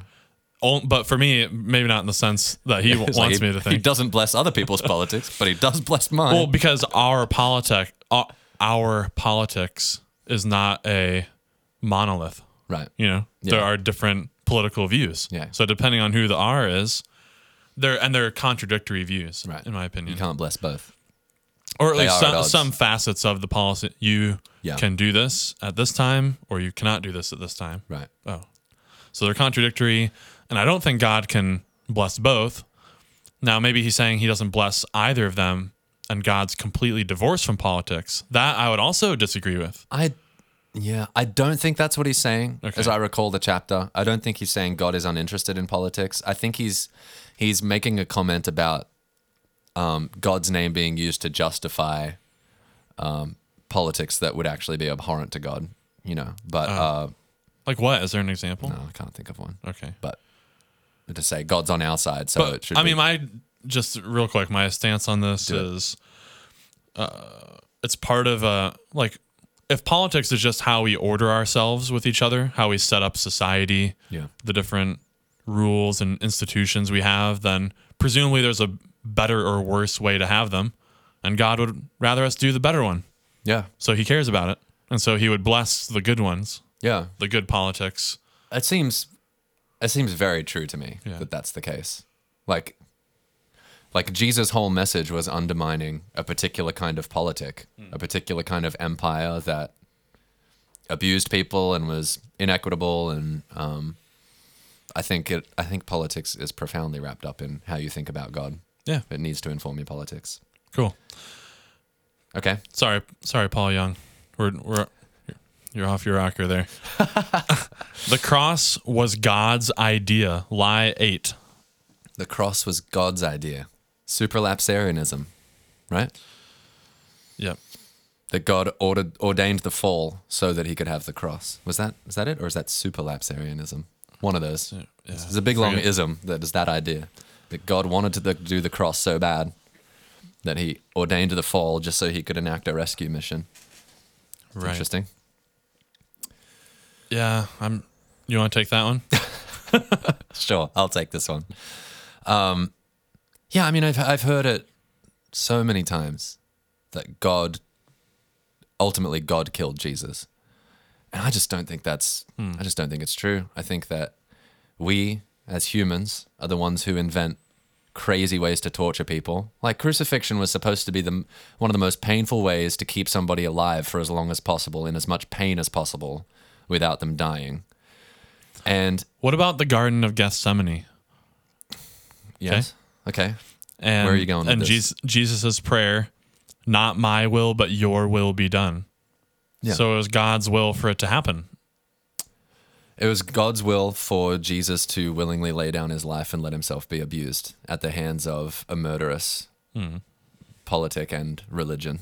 [SPEAKER 1] Oh, but for me, maybe not in the sense that he
[SPEAKER 2] It's
[SPEAKER 1] wants
[SPEAKER 2] like he,
[SPEAKER 1] me to
[SPEAKER 2] He
[SPEAKER 1] think.
[SPEAKER 2] doesn't bless other people's politics, but he does bless mine.
[SPEAKER 1] Well, because our politic, our, our politics is not a monolith.
[SPEAKER 2] right.
[SPEAKER 1] You know, there are different political views.
[SPEAKER 2] Yeah.
[SPEAKER 1] So depending on who the R is, they're and they're contradictory views,
[SPEAKER 2] Right.
[SPEAKER 1] in my
[SPEAKER 2] You
[SPEAKER 1] opinion,
[SPEAKER 2] can't bless both.
[SPEAKER 1] or at
[SPEAKER 2] they
[SPEAKER 1] least
[SPEAKER 2] are at
[SPEAKER 1] some,
[SPEAKER 2] odds.
[SPEAKER 1] some facets of the policy. You
[SPEAKER 2] Yeah.
[SPEAKER 1] can do this at this time, or you cannot do this at this time.
[SPEAKER 2] Right.
[SPEAKER 1] Oh, so they're contradictory, and I don't think God can bless both. Now, maybe he's saying he doesn't bless either of them, and God's completely divorced from politics. That I would also disagree with.
[SPEAKER 2] I yeah, I don't think that's what he's saying. As I recall the chapter, I don't think he's saying God is uninterested in politics. I think he's he's making a comment about um, God's name being used to justify um, politics that would actually be abhorrent to God. You know, but
[SPEAKER 1] Oh.
[SPEAKER 2] uh,
[SPEAKER 1] Like, what is there an example?
[SPEAKER 2] no, I can't think of one.
[SPEAKER 1] Okay.
[SPEAKER 2] But to say God's on our side, so it should.
[SPEAKER 1] I
[SPEAKER 2] be-
[SPEAKER 1] mean, my just real quick, my stance on this is, uh, it's part of a like, if politics is just how we order ourselves with each other, how we set up society,
[SPEAKER 2] Yeah.
[SPEAKER 1] the different rules and institutions we have, then presumably there's a better or worse way to have them, and God would rather us do the better one,
[SPEAKER 2] yeah,
[SPEAKER 1] so He cares about it, and so He would bless the good ones,
[SPEAKER 2] yeah.
[SPEAKER 1] the good politics.
[SPEAKER 2] It seems it seems very true to me that that's the case. Like like Jesus' whole message was undermining a particular kind of politic, a particular kind of empire that abused people and was inequitable and um I think it I think politics is profoundly wrapped up in how you think about God.
[SPEAKER 1] Yeah,
[SPEAKER 2] It needs to inform your politics.
[SPEAKER 1] cool.
[SPEAKER 2] Okay.
[SPEAKER 1] Sorry, sorry, Paul Young. We're we're you're off your rocker there. the cross was God's idea. Lie eight.
[SPEAKER 2] The cross was God's idea. Superlapsarianism, right?
[SPEAKER 1] Yep.
[SPEAKER 2] that God ordered, ordained the fall so that he could have the cross. Was that is that it, or is that superlapsarianism? One of those.
[SPEAKER 1] yeah,
[SPEAKER 2] It's a big long
[SPEAKER 1] forget-
[SPEAKER 2] ism that is that idea that God wanted to th- do the cross so bad that he ordained the fall just so he could enact a rescue mission. It's
[SPEAKER 1] Right.
[SPEAKER 2] Interesting.
[SPEAKER 1] Yeah, I'm. You want to take that one?
[SPEAKER 2] Sure, I'll take this one. Um, yeah, I mean, I've I've heard it so many times that God, ultimately, God killed Jesus, and I just don't think that's I just don't think it's true. I think that we as humans are the ones who invent crazy ways to torture people. Like crucifixion was supposed to be the one of the most painful ways to keep somebody alive for as long as possible in as much pain as possible without them dying. And
[SPEAKER 1] What about the Garden of Gethsemane?
[SPEAKER 2] yes, okay.
[SPEAKER 1] And,
[SPEAKER 2] Where are you going with
[SPEAKER 1] And
[SPEAKER 2] this?
[SPEAKER 1] Jesus, Jesus's prayer, not my will, but your will be done.
[SPEAKER 2] Yeah.
[SPEAKER 1] So it was God's will for it to happen.
[SPEAKER 2] It was God's will for Jesus to willingly lay down his life and let himself be abused at the hands of a murderous
[SPEAKER 1] Hmm.
[SPEAKER 2] politic and religion.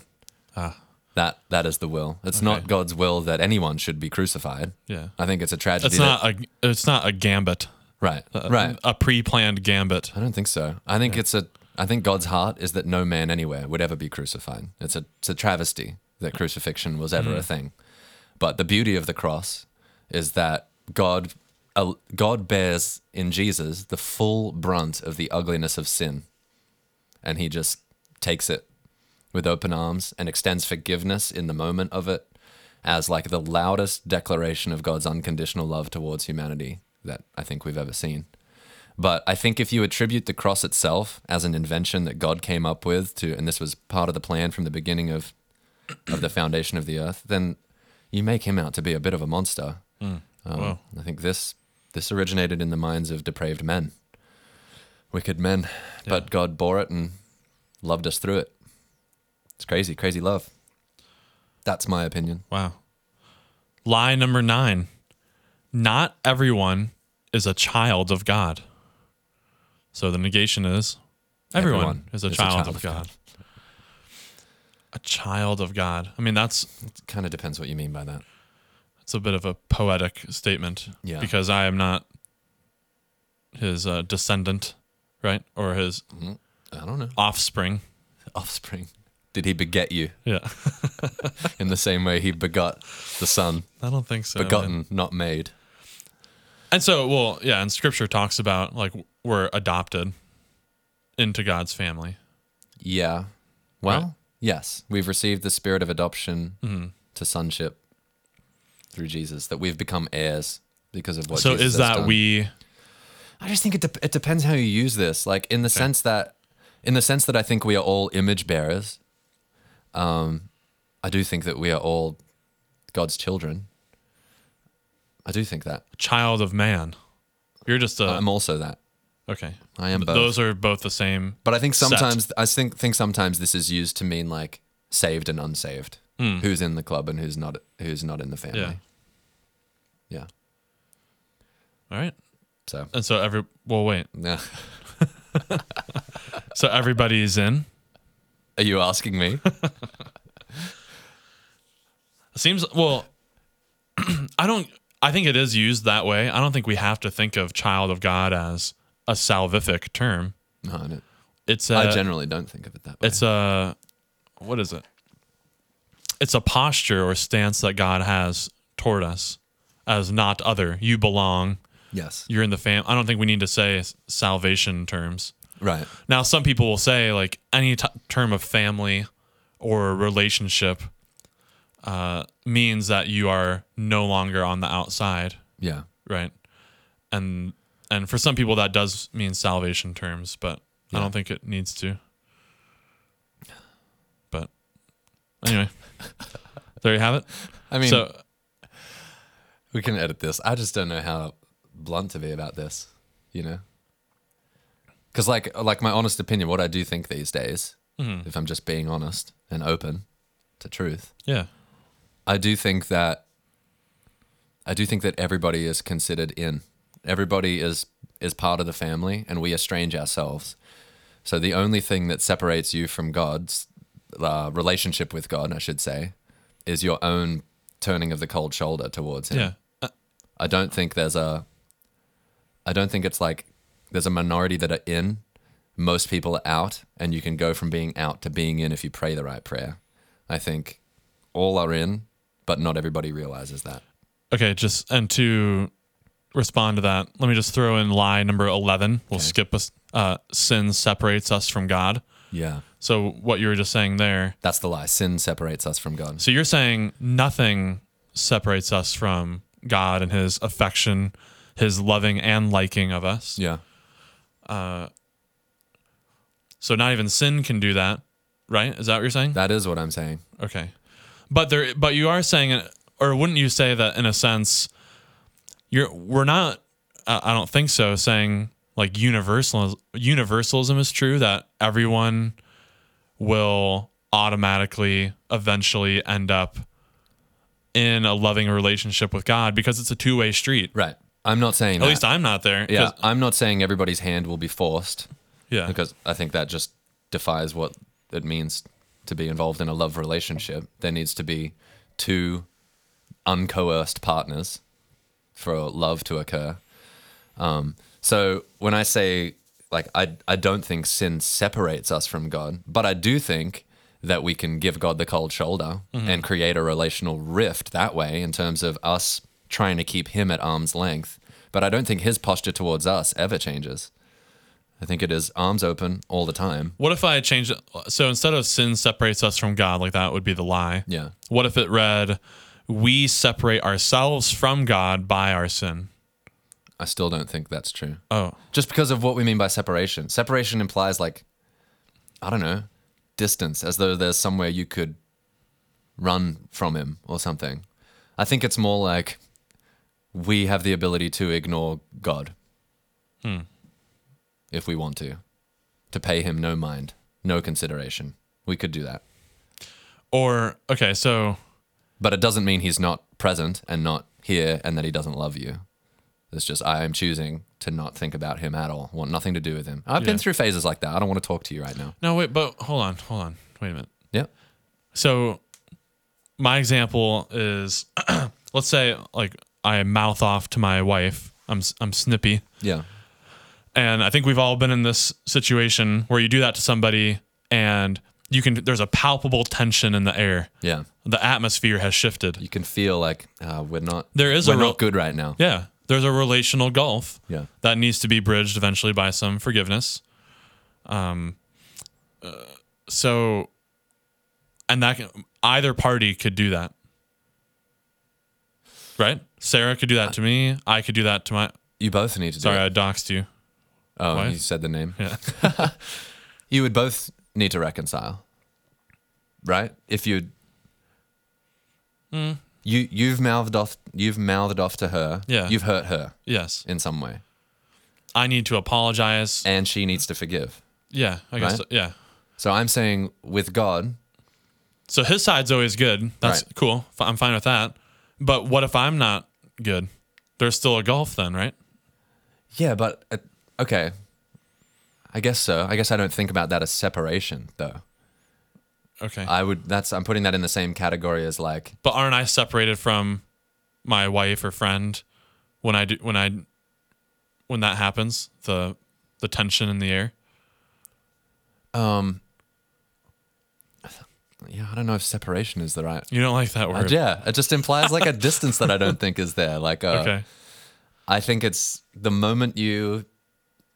[SPEAKER 1] Ah.
[SPEAKER 2] That that is the will. It's not God's will that anyone should be crucified.
[SPEAKER 1] Yeah.
[SPEAKER 2] I think it's a tragedy.
[SPEAKER 1] It's
[SPEAKER 2] that-
[SPEAKER 1] not a. It's not a gambit.
[SPEAKER 2] right, right.
[SPEAKER 1] A pre-planned gambit.
[SPEAKER 2] I don't think so. I think it's a. I think God's heart is that no man anywhere would ever be crucified. It's a. It's a travesty that crucifixion was ever a thing. But the beauty of the cross is that God, uh, God bears in Jesus the full brunt of the ugliness of sin, and He just takes it with open arms and extends forgiveness in the moment of it as like the loudest declaration of God's unconditional love towards humanity that I think we've ever seen. But I think if you attribute the cross itself as an invention that God came up with to, and this was part of the plan from the beginning of, of the foundation of the earth, then you make him out to be a bit of a monster. Um,
[SPEAKER 1] Wow.
[SPEAKER 2] I think this this originated in the minds of depraved men, wicked men, but God bore it and loved us through it. It's crazy, crazy love. That's my opinion.
[SPEAKER 1] Wow. Lie number nine. Not everyone is a child of God. So the negation is everyone,
[SPEAKER 2] Everyone
[SPEAKER 1] is a
[SPEAKER 2] is a
[SPEAKER 1] child,
[SPEAKER 2] child
[SPEAKER 1] of,
[SPEAKER 2] of
[SPEAKER 1] God. A child of God. I mean, that's
[SPEAKER 2] It kind of depends what you mean by that.
[SPEAKER 1] that's a bit of a poetic statement.
[SPEAKER 2] Yeah.
[SPEAKER 1] Because I am not his uh, descendant, right? Or his
[SPEAKER 2] I don't know.
[SPEAKER 1] offspring.
[SPEAKER 2] Offspring. Did he beget you
[SPEAKER 1] Yeah.
[SPEAKER 2] in the same way he begot the son?
[SPEAKER 1] I don't think so. man.
[SPEAKER 2] Begotten, not made.
[SPEAKER 1] And so, well, yeah, and scripture talks about like we're adopted into God's family.
[SPEAKER 2] Yeah. Well,
[SPEAKER 1] Right. Mm-hmm.
[SPEAKER 2] yes. We've received the spirit of adoption to sonship through Jesus, that we've become heirs because of what
[SPEAKER 1] so
[SPEAKER 2] Jesus
[SPEAKER 1] is
[SPEAKER 2] has
[SPEAKER 1] that
[SPEAKER 2] done.
[SPEAKER 1] we
[SPEAKER 2] I just think it, dep it depends how you use this. Like in the sense that, in the sense that I think we are all image bearers. Um, I do think that we are all God's children. I do think that.
[SPEAKER 1] child of man? You're just a
[SPEAKER 2] I'm also that.
[SPEAKER 1] okay.
[SPEAKER 2] I am both.
[SPEAKER 1] Those are both the same.
[SPEAKER 2] But I think
[SPEAKER 1] set.
[SPEAKER 2] sometimes I think think sometimes this is used to mean like saved and unsaved. Who's in the club and who's not who's not in the family.
[SPEAKER 1] Hmm. Yeah.
[SPEAKER 2] Yeah.
[SPEAKER 1] All right.
[SPEAKER 2] So
[SPEAKER 1] And so every well, wait.
[SPEAKER 2] yeah.
[SPEAKER 1] So everybody's in.
[SPEAKER 2] Are you asking me?
[SPEAKER 1] It seems well. I don't. I think it is used that way. I don't think we have to think of child of God as a salvific term.
[SPEAKER 2] no, I, don't.
[SPEAKER 1] It's
[SPEAKER 2] I
[SPEAKER 1] a
[SPEAKER 2] generally don't think of it that way.
[SPEAKER 1] it's a what is it? It's a posture or stance that God has toward us as not other. You belong.
[SPEAKER 2] yes.
[SPEAKER 1] you're in the fam. I don't think we need to say s- salvation terms.
[SPEAKER 2] Right.
[SPEAKER 1] Now, some people will say like any t- term of family or relationship uh, means that you are no longer on the outside,
[SPEAKER 2] Yeah.
[SPEAKER 1] right? And and for some people that does mean salvation terms, but I don't think it needs to. But anyway, there you have it.
[SPEAKER 2] I mean
[SPEAKER 1] so
[SPEAKER 2] we can edit this. I just don't know how blunt to be about this, you know? Cuz like like my honest opinion what I do think these days,
[SPEAKER 1] Hmm.
[SPEAKER 2] if I'm just being honest and open to truth,
[SPEAKER 1] yeah,
[SPEAKER 2] I do think that I do think that everybody is considered in. Everybody is is part of the family and we estrange ourselves. So the only thing that separates you from God's uh, relationship with God, I should say, is your own turning of the cold shoulder towards him.
[SPEAKER 1] yeah.
[SPEAKER 2] I don't think there's a I don't think it's like there's a minority that are in, most people are out, and you can go from being out to being in if you pray the right prayer. I think all are in, but not everybody realizes that.
[SPEAKER 1] Okay, just and to respond to that, let me just throw in lie number eleven. We'll skip us. Uh, sin separates us from God.
[SPEAKER 2] Yeah.
[SPEAKER 1] So what you were just saying there.
[SPEAKER 2] That's the lie. Sin separates us from God.
[SPEAKER 1] So you're saying nothing separates us from God and His affection, His loving and liking of us.
[SPEAKER 2] Yeah.
[SPEAKER 1] So not even sin can do that, right? Is that what you're saying?
[SPEAKER 2] That is what I'm saying.
[SPEAKER 1] Okay, but there, but you are saying, or wouldn't you say that in a sense, you're we're not. I I don't think so. Saying like universal universalism is true that everyone will automatically eventually end up in a loving relationship with God because it's a two way street.
[SPEAKER 2] Right. I'm not saying
[SPEAKER 1] At
[SPEAKER 2] that.
[SPEAKER 1] least I'm not there. 'cause-
[SPEAKER 2] yeah. I'm not saying everybody's hand will be forced
[SPEAKER 1] Yeah.
[SPEAKER 2] because I think that just defies what it means to be involved in a love relationship. There needs to be two uncoerced partners for love to occur. Um, so when I say like I I don't think sin separates us from God, but I do think that we can give God the cold shoulder and create a relational rift that way in terms of us trying to keep him at arm's length. But I don't think his posture towards us ever changes. I think it is arms open all the time.
[SPEAKER 1] What if I changed it? So instead of sin separates us from God, like that would be the lie.
[SPEAKER 2] Yeah.
[SPEAKER 1] What if it read, we separate ourselves from God by our sin?
[SPEAKER 2] I still don't think that's true.
[SPEAKER 1] Oh,
[SPEAKER 2] Just because of what we mean by separation. Separation implies like I don't know, distance as though there's somewhere you could run from him or something. I think it's more like we have the ability to ignore God. If we want to. To pay him no mind, no consideration. We could do that.
[SPEAKER 1] or okay, so
[SPEAKER 2] But it doesn't mean he's not present and not here and that he doesn't love you. It's just I am choosing to not think about him at all. Want nothing to do with him. I've
[SPEAKER 1] Yeah.
[SPEAKER 2] been through phases like that. I don't want to talk to you right now.
[SPEAKER 1] no, wait, but hold on, hold on, wait a minute.
[SPEAKER 2] Yeah.
[SPEAKER 1] So my example is, let's say like I mouth off to my wife, I'm I'm snippy,
[SPEAKER 2] Yeah.
[SPEAKER 1] and I think we've all been in this situation where you do that to somebody and you can there's a palpable tension in the air.
[SPEAKER 2] Yeah.
[SPEAKER 1] The atmosphere has shifted.
[SPEAKER 2] You can feel like uh, we're not
[SPEAKER 1] There is a
[SPEAKER 2] we're
[SPEAKER 1] real-
[SPEAKER 2] not good right now.
[SPEAKER 1] Yeah. There's a relational gulf
[SPEAKER 2] Yeah.
[SPEAKER 1] that needs to be bridged eventually by some forgiveness. Um, uh, so, and that can, either party could do that. Right? Sarah could do that to me. I could do that to my.
[SPEAKER 2] You both need to
[SPEAKER 1] Sorry,
[SPEAKER 2] do it.
[SPEAKER 1] I doxed you.
[SPEAKER 2] Oh,
[SPEAKER 1] why?
[SPEAKER 2] you said the name.
[SPEAKER 1] Yeah.
[SPEAKER 2] You would both need to reconcile. Right? If you
[SPEAKER 1] Hmm.
[SPEAKER 2] You you've mouthed off you've mouthed off to her.
[SPEAKER 1] Yeah.
[SPEAKER 2] You've hurt her
[SPEAKER 1] Yes.
[SPEAKER 2] in some way.
[SPEAKER 1] I need to apologize.
[SPEAKER 2] And she needs to forgive.
[SPEAKER 1] Yeah. I guess.
[SPEAKER 2] Right?
[SPEAKER 1] so. Yeah.
[SPEAKER 2] So I'm saying with God,
[SPEAKER 1] So his side's always good. That's
[SPEAKER 2] Right.
[SPEAKER 1] cool. F- I'm fine with that. But what if I'm not good? There's still a gulf then, right?
[SPEAKER 2] yeah, but uh, okay. I guess so. I guess I don't think about that as separation though.
[SPEAKER 1] Okay.
[SPEAKER 2] I would that's I'm putting that in the same category as like
[SPEAKER 1] but aren't I separated from my wife or friend when I do when I when that happens the the tension in the air?
[SPEAKER 2] yeah, I don't know if separation is the right
[SPEAKER 1] You don't like that word,
[SPEAKER 2] Yeah, it just implies like a distance that I don't think is there. Like, uh,
[SPEAKER 1] okay?
[SPEAKER 2] I think it's the moment you,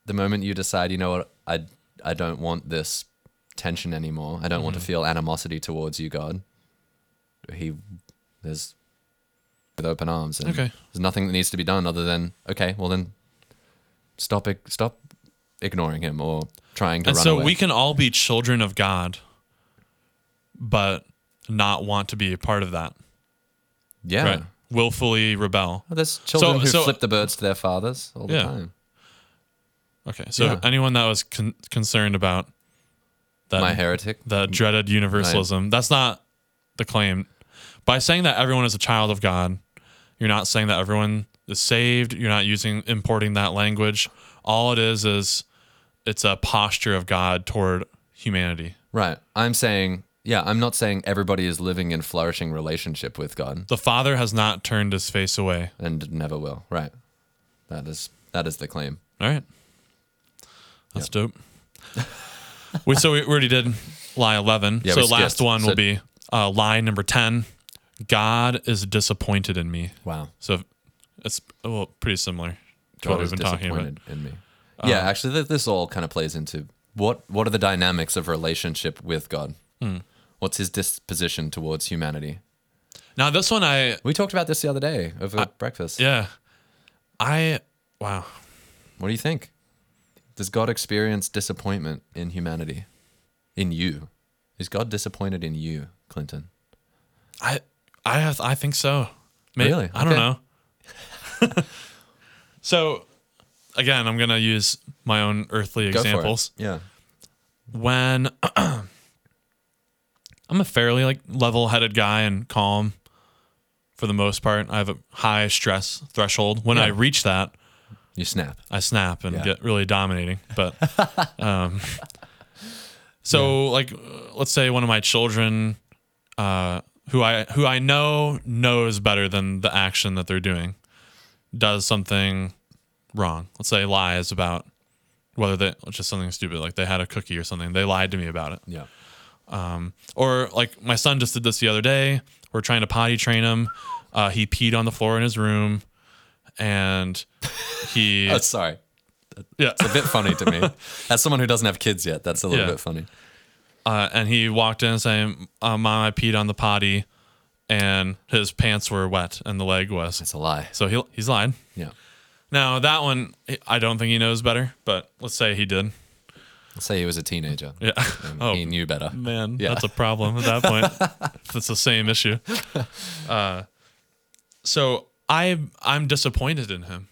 [SPEAKER 2] the moment you decide, you know what, I, I don't want this tension anymore. I don't want to
[SPEAKER 1] Mm.
[SPEAKER 2] feel animosity towards you, God. He, there's, with open arms, and
[SPEAKER 1] Okay.
[SPEAKER 2] there's nothing that needs to be done other than okay, well then, stop it, stop ignoring him or trying to
[SPEAKER 1] And
[SPEAKER 2] run
[SPEAKER 1] so
[SPEAKER 2] away.
[SPEAKER 1] we can all be children of God, but not want to be a part of that,
[SPEAKER 2] yeah.
[SPEAKER 1] right? Willfully rebel.
[SPEAKER 2] Well, there's children who
[SPEAKER 1] so-
[SPEAKER 2] flip the birds to their fathers all the
[SPEAKER 1] Yeah.
[SPEAKER 2] time.
[SPEAKER 1] Okay, so
[SPEAKER 2] Yeah.
[SPEAKER 1] anyone that was con- concerned about that
[SPEAKER 2] My heretic.
[SPEAKER 1] the dreaded universalism. That's not the claim. By saying that everyone is a child of God, you're not saying that everyone is saved. You're not using importing that language. All it is is it's a posture of God toward humanity.
[SPEAKER 2] Right. I'm saying, yeah, I'm not saying everybody is living in flourishing relationship with God
[SPEAKER 1] The Father has not turned his face away.
[SPEAKER 2] and never will. Right. That is That is the claim.
[SPEAKER 1] All right. That's dope. we so we already did lie 11.
[SPEAKER 2] Yeah,
[SPEAKER 1] so
[SPEAKER 2] we
[SPEAKER 1] last
[SPEAKER 2] skipped.
[SPEAKER 1] one
[SPEAKER 2] So-
[SPEAKER 1] will be uh, lie number 10. God is disappointed in me.
[SPEAKER 2] Wow.
[SPEAKER 1] So it's well pretty similar to what
[SPEAKER 2] God
[SPEAKER 1] we've
[SPEAKER 2] is
[SPEAKER 1] been talking about. Uh,
[SPEAKER 2] disappointed in me. yeah, actually, th- this all kind of plays into what what are the dynamics of relationship with God?
[SPEAKER 1] Hmm.
[SPEAKER 2] What's his disposition towards humanity?
[SPEAKER 1] Now this one I
[SPEAKER 2] We talked about this the other day over breakfast.
[SPEAKER 1] yeah. I wow.
[SPEAKER 2] What do you think? Does God experience disappointment in humanity? In you? Is God disappointed in you, Clinton?
[SPEAKER 1] I I have I think so. May-
[SPEAKER 2] Really?
[SPEAKER 1] I don't
[SPEAKER 2] Okay.
[SPEAKER 1] know. so again, I'm gonna use my own earthly
[SPEAKER 2] Go
[SPEAKER 1] examples.
[SPEAKER 2] For it. Yeah.
[SPEAKER 1] When I'm a fairly like level-headed guy and calm for the most part. I have a high stress threshold. When I
[SPEAKER 2] Yeah.
[SPEAKER 1] reach that,
[SPEAKER 2] You snap.
[SPEAKER 1] I snap and
[SPEAKER 2] Yeah.
[SPEAKER 1] get really dominating. But um, so like uh, let's say one of my children uh, who I who I know knows better than the action that they're doing does something wrong. Let's say lies about whether they just something stupid like they had a cookie or something. They lied to me about it.
[SPEAKER 2] Yeah.
[SPEAKER 1] Or like my son just did this the other day. We're trying to potty train him. Uh, he peed on the floor in his room, and he
[SPEAKER 2] Oh, sorry.
[SPEAKER 1] yeah.
[SPEAKER 2] A bit funny to me. As someone who doesn't have kids yet, that's a little
[SPEAKER 1] Yeah.
[SPEAKER 2] bit funny.
[SPEAKER 1] uh, and he walked in saying, uh, "Mom, I peed on the potty," and his pants were wet, and the leg was.
[SPEAKER 2] It's a lie.
[SPEAKER 1] So he he's lying.
[SPEAKER 2] Yeah.
[SPEAKER 1] Now that one, I don't think he knows better, but let's say he did.
[SPEAKER 2] Let's say he was a teenager.
[SPEAKER 1] Yeah.
[SPEAKER 2] and
[SPEAKER 1] Oh
[SPEAKER 2] He knew better.
[SPEAKER 1] man,
[SPEAKER 2] Yeah.
[SPEAKER 1] that's a problem at that point. that's the same issue. Uh, so I I'm disappointed in him.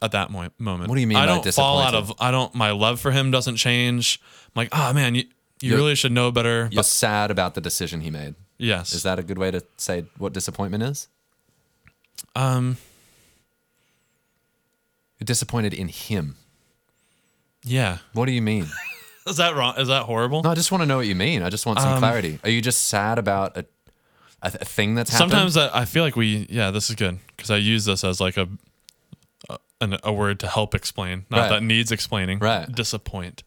[SPEAKER 1] At that mo- moment,
[SPEAKER 2] What do you mean
[SPEAKER 1] I
[SPEAKER 2] by
[SPEAKER 1] don't fall out of. I don't. My love for him doesn't change. I'm like, oh man, you, you
[SPEAKER 2] You're-
[SPEAKER 1] really should know better.
[SPEAKER 2] You're
[SPEAKER 1] But
[SPEAKER 2] sad about the decision he made.
[SPEAKER 1] yes,
[SPEAKER 2] Is that a good way to say what disappointment is?
[SPEAKER 1] um,
[SPEAKER 2] You're disappointed in him.
[SPEAKER 1] yeah.
[SPEAKER 2] What do you mean?
[SPEAKER 1] Is that wrong? Is that horrible?
[SPEAKER 2] No, I just want to know what you mean. I just want
[SPEAKER 1] Um,
[SPEAKER 2] some clarity. Are you just sad about a, a, a thing that's happened?
[SPEAKER 1] Sometimes I, I feel like we, yeah, this is good because I use this as like a, a an, a word to help explain, not
[SPEAKER 2] Right.
[SPEAKER 1] that needs explaining.
[SPEAKER 2] Right.
[SPEAKER 1] Disappoint.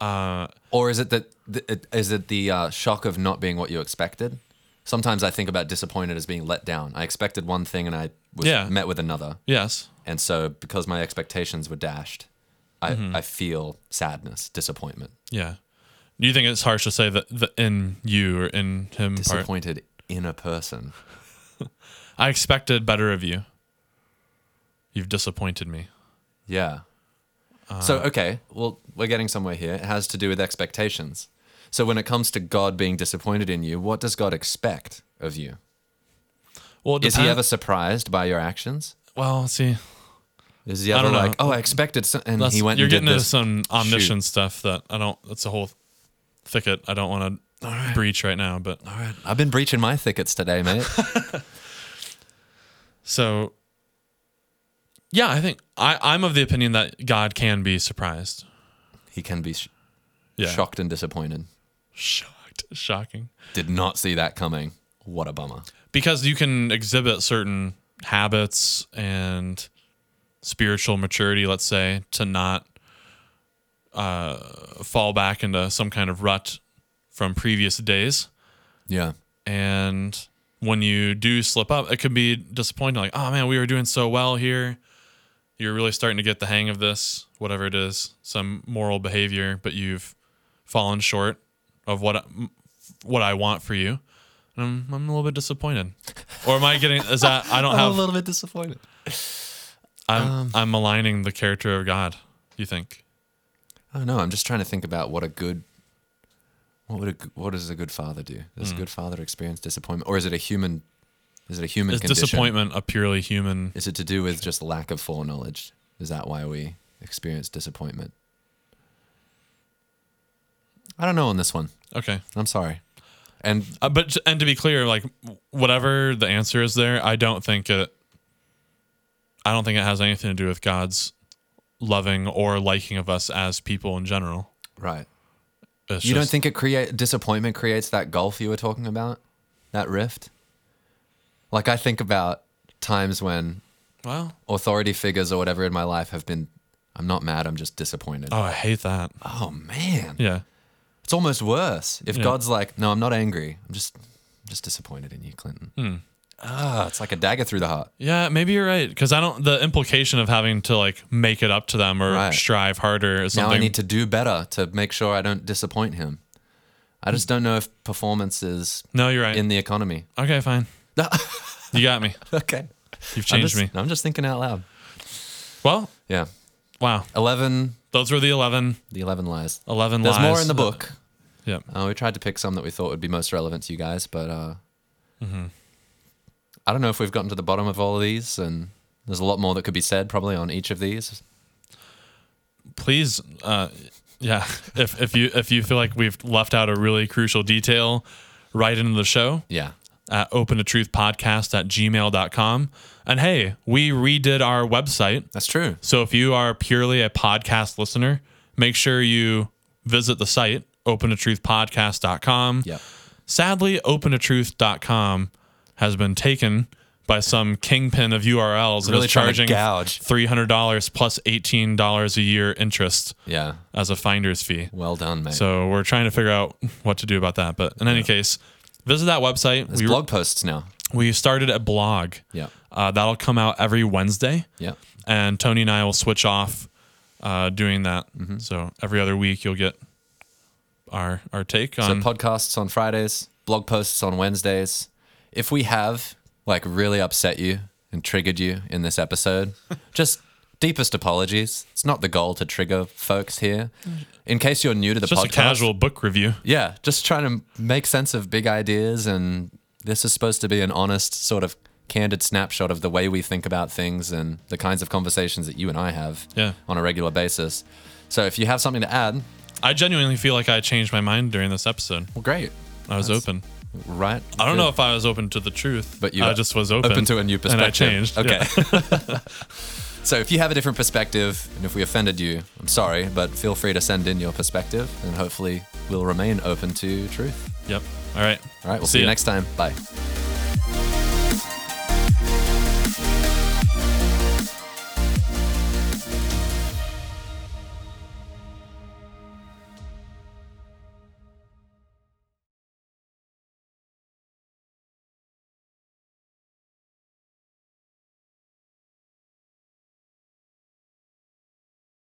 [SPEAKER 2] Or is it that th- it- is it the uh, shock of not being what you expected? Sometimes I think about disappointed as being let down. I expected one thing and I was
[SPEAKER 1] Yeah.
[SPEAKER 2] met with another,
[SPEAKER 1] Yes.
[SPEAKER 2] and so because my expectations were dashed, I,
[SPEAKER 1] Mm-hmm.
[SPEAKER 2] I feel sadness, disappointment,
[SPEAKER 1] Yeah. Do you think it's harsh to say that the in you or in him part?
[SPEAKER 2] disappointed in a person.
[SPEAKER 1] I expected better of you. You've disappointed me.
[SPEAKER 2] Yeah.
[SPEAKER 1] Uh-huh.
[SPEAKER 2] so okay, well, we're getting somewhere here. It has to do with expectations. So when it comes to God being disappointed in you, what does God expect of you?
[SPEAKER 1] Well, it
[SPEAKER 2] Is he
[SPEAKER 1] depends-
[SPEAKER 2] ever surprised by your actions?
[SPEAKER 1] Well, see,
[SPEAKER 2] Is he
[SPEAKER 1] I
[SPEAKER 2] ever
[SPEAKER 1] don't know.
[SPEAKER 2] like, oh, I expected, so-, and
[SPEAKER 1] that's,
[SPEAKER 2] he went
[SPEAKER 1] you're
[SPEAKER 2] and
[SPEAKER 1] getting
[SPEAKER 2] did
[SPEAKER 1] into
[SPEAKER 2] this?
[SPEAKER 1] some omniscient stuff that I don't. That's a whole thicket. I don't want to breach right now, but
[SPEAKER 2] All right, I've been breaching my thickets today, mate.
[SPEAKER 1] So, yeah, I think I, I'm of the opinion that God can be surprised.
[SPEAKER 2] he can be sh-
[SPEAKER 1] Yeah.
[SPEAKER 2] shocked and disappointed.
[SPEAKER 1] Shocked. Shocking.
[SPEAKER 2] Did not see that coming. What a bummer.
[SPEAKER 1] Because you can exhibit certain habits and spiritual maturity, let's say, to not uh, fall back into some kind of rut from previous days.
[SPEAKER 2] Yeah,
[SPEAKER 1] And when you do slip up, it can be disappointing. Like, oh man, we were doing so well here. You're really starting to get the hang of this, whatever it is, some moral behavior, but you've fallen short of what I, what I want for you. And I'm, I'm a little bit disappointed. Or am I getting? Is that I don't
[SPEAKER 2] I'm a
[SPEAKER 1] have?
[SPEAKER 2] little bit disappointed.
[SPEAKER 1] I'm I'm aligning the character of God. You think?
[SPEAKER 2] I don't know. I'm just trying to think about what a good, what would a, g- what does a good father do? Does
[SPEAKER 1] Hmm.
[SPEAKER 2] a good father experience disappointment, or is it a human? Is it a human
[SPEAKER 1] Is
[SPEAKER 2] condition?
[SPEAKER 1] disappointment a purely human?
[SPEAKER 2] Is it to do with just lack of foreknowledge? Is that why we experience disappointment? I don't know on this one.
[SPEAKER 1] Okay.
[SPEAKER 2] I'm sorry. And
[SPEAKER 1] Uh, but t- and to be clear, like w- whatever the answer is there, I don't think it. I don't think it has anything to do with God's loving or liking of us as people in general.
[SPEAKER 2] right.
[SPEAKER 1] It's
[SPEAKER 2] you don't
[SPEAKER 1] just-
[SPEAKER 2] think it create disappointment creates that gulf you were talking about, that rift? Like I think about times when
[SPEAKER 1] Wow.
[SPEAKER 2] authority figures or whatever in my life have been I'm not mad, I'm just disappointed.
[SPEAKER 1] Oh, I hate that.
[SPEAKER 2] Oh man.
[SPEAKER 1] Yeah.
[SPEAKER 2] It's almost worse. If
[SPEAKER 1] Yeah.
[SPEAKER 2] God's like, "No, I'm not angry. I'm just I'm just disappointed in you, Clinton."
[SPEAKER 1] Hmm.
[SPEAKER 2] Ah, it's like a dagger through the heart.
[SPEAKER 1] Yeah, maybe you're right because I don't. The implication of having to like make it up to them or
[SPEAKER 2] Right.
[SPEAKER 1] strive harder is
[SPEAKER 2] Now
[SPEAKER 1] something.
[SPEAKER 2] I need to do better to make sure I don't disappoint him. I just don't know if performance is
[SPEAKER 1] no, you're right.
[SPEAKER 2] in the economy.
[SPEAKER 1] okay, fine. you got me.
[SPEAKER 2] okay.
[SPEAKER 1] You've
[SPEAKER 2] I'm
[SPEAKER 1] changed
[SPEAKER 2] just,
[SPEAKER 1] me.
[SPEAKER 2] I'm just thinking out loud.
[SPEAKER 1] Well,
[SPEAKER 2] Yeah.
[SPEAKER 1] wow.
[SPEAKER 2] 11
[SPEAKER 1] Those were the 11,
[SPEAKER 2] the 11 lies.
[SPEAKER 1] 11
[SPEAKER 2] There's
[SPEAKER 1] lies.
[SPEAKER 2] more in the
[SPEAKER 1] that-
[SPEAKER 2] book.
[SPEAKER 1] Yeah.
[SPEAKER 2] Uh, we tried to pick some that we thought would be most relevant to you guys, but uh,
[SPEAKER 1] Mm-hmm.
[SPEAKER 2] I don't know if we've gotten to the bottom of all of these, and there's a lot more that could be said probably on each of these.
[SPEAKER 1] Please, uh, yeah. If if you if you feel like we've left out a really crucial detail, write into the show.
[SPEAKER 2] Yeah,
[SPEAKER 1] at open to truth podcast at gmail.com. And hey, we redid our website.
[SPEAKER 2] that's true.
[SPEAKER 1] So if you are purely a podcast listener, make sure you visit the site, open to truth podcast.com.
[SPEAKER 2] Yep.
[SPEAKER 1] Sadly, open to truth.com has been taken by some kingpin of URLs and
[SPEAKER 2] Really
[SPEAKER 1] is
[SPEAKER 2] trying to
[SPEAKER 1] charging
[SPEAKER 2] gouge.
[SPEAKER 1] $300 plus $18 a year interest
[SPEAKER 2] Yeah,
[SPEAKER 1] as a finder's fee.
[SPEAKER 2] well done, mate.
[SPEAKER 1] So we're trying to figure out what to do about that. But in any case, visit that website.
[SPEAKER 2] there's
[SPEAKER 1] We-
[SPEAKER 2] blog posts now.
[SPEAKER 1] we started a blog.
[SPEAKER 2] Yeah,
[SPEAKER 1] Uh, that'll come out every Wednesday,
[SPEAKER 2] yeah,
[SPEAKER 1] and Tony and I will switch off uh, doing that.
[SPEAKER 2] Mm-hmm.
[SPEAKER 1] So every other week, you'll get our our take
[SPEAKER 2] So
[SPEAKER 1] on.
[SPEAKER 2] podcasts on Fridays, blog posts on Wednesdays. If we have like really upset you and triggered you in this episode, just deepest apologies. It's not the goal to trigger folks here. In case you're new to the
[SPEAKER 1] Mm. just
[SPEAKER 2] podcast,
[SPEAKER 1] a casual book review.
[SPEAKER 2] yeah, just trying to make sense of big ideas. And this is supposed to be an honest, sort of candid snapshot of the way we think about things and the kinds of conversations that you and I have
[SPEAKER 1] Yeah.
[SPEAKER 2] on a regular basis. So if you have something to add,
[SPEAKER 1] I genuinely feel like I changed my mind during this episode.
[SPEAKER 2] well, great.
[SPEAKER 1] I was open.
[SPEAKER 2] Right?
[SPEAKER 1] I don't know if I was open to the truth,
[SPEAKER 2] But you
[SPEAKER 1] I
[SPEAKER 2] are
[SPEAKER 1] just was open,
[SPEAKER 2] open to a new
[SPEAKER 1] and I
[SPEAKER 2] perspective.
[SPEAKER 1] changed.
[SPEAKER 2] Okay.
[SPEAKER 1] Yeah.
[SPEAKER 2] so if you have a different perspective and if we offended you, I'm sorry, but feel free to send in your perspective and hopefully we'll remain open to truth.
[SPEAKER 1] yep. All right.
[SPEAKER 2] All right, we'll see, you
[SPEAKER 1] ya.
[SPEAKER 2] next time. Bye.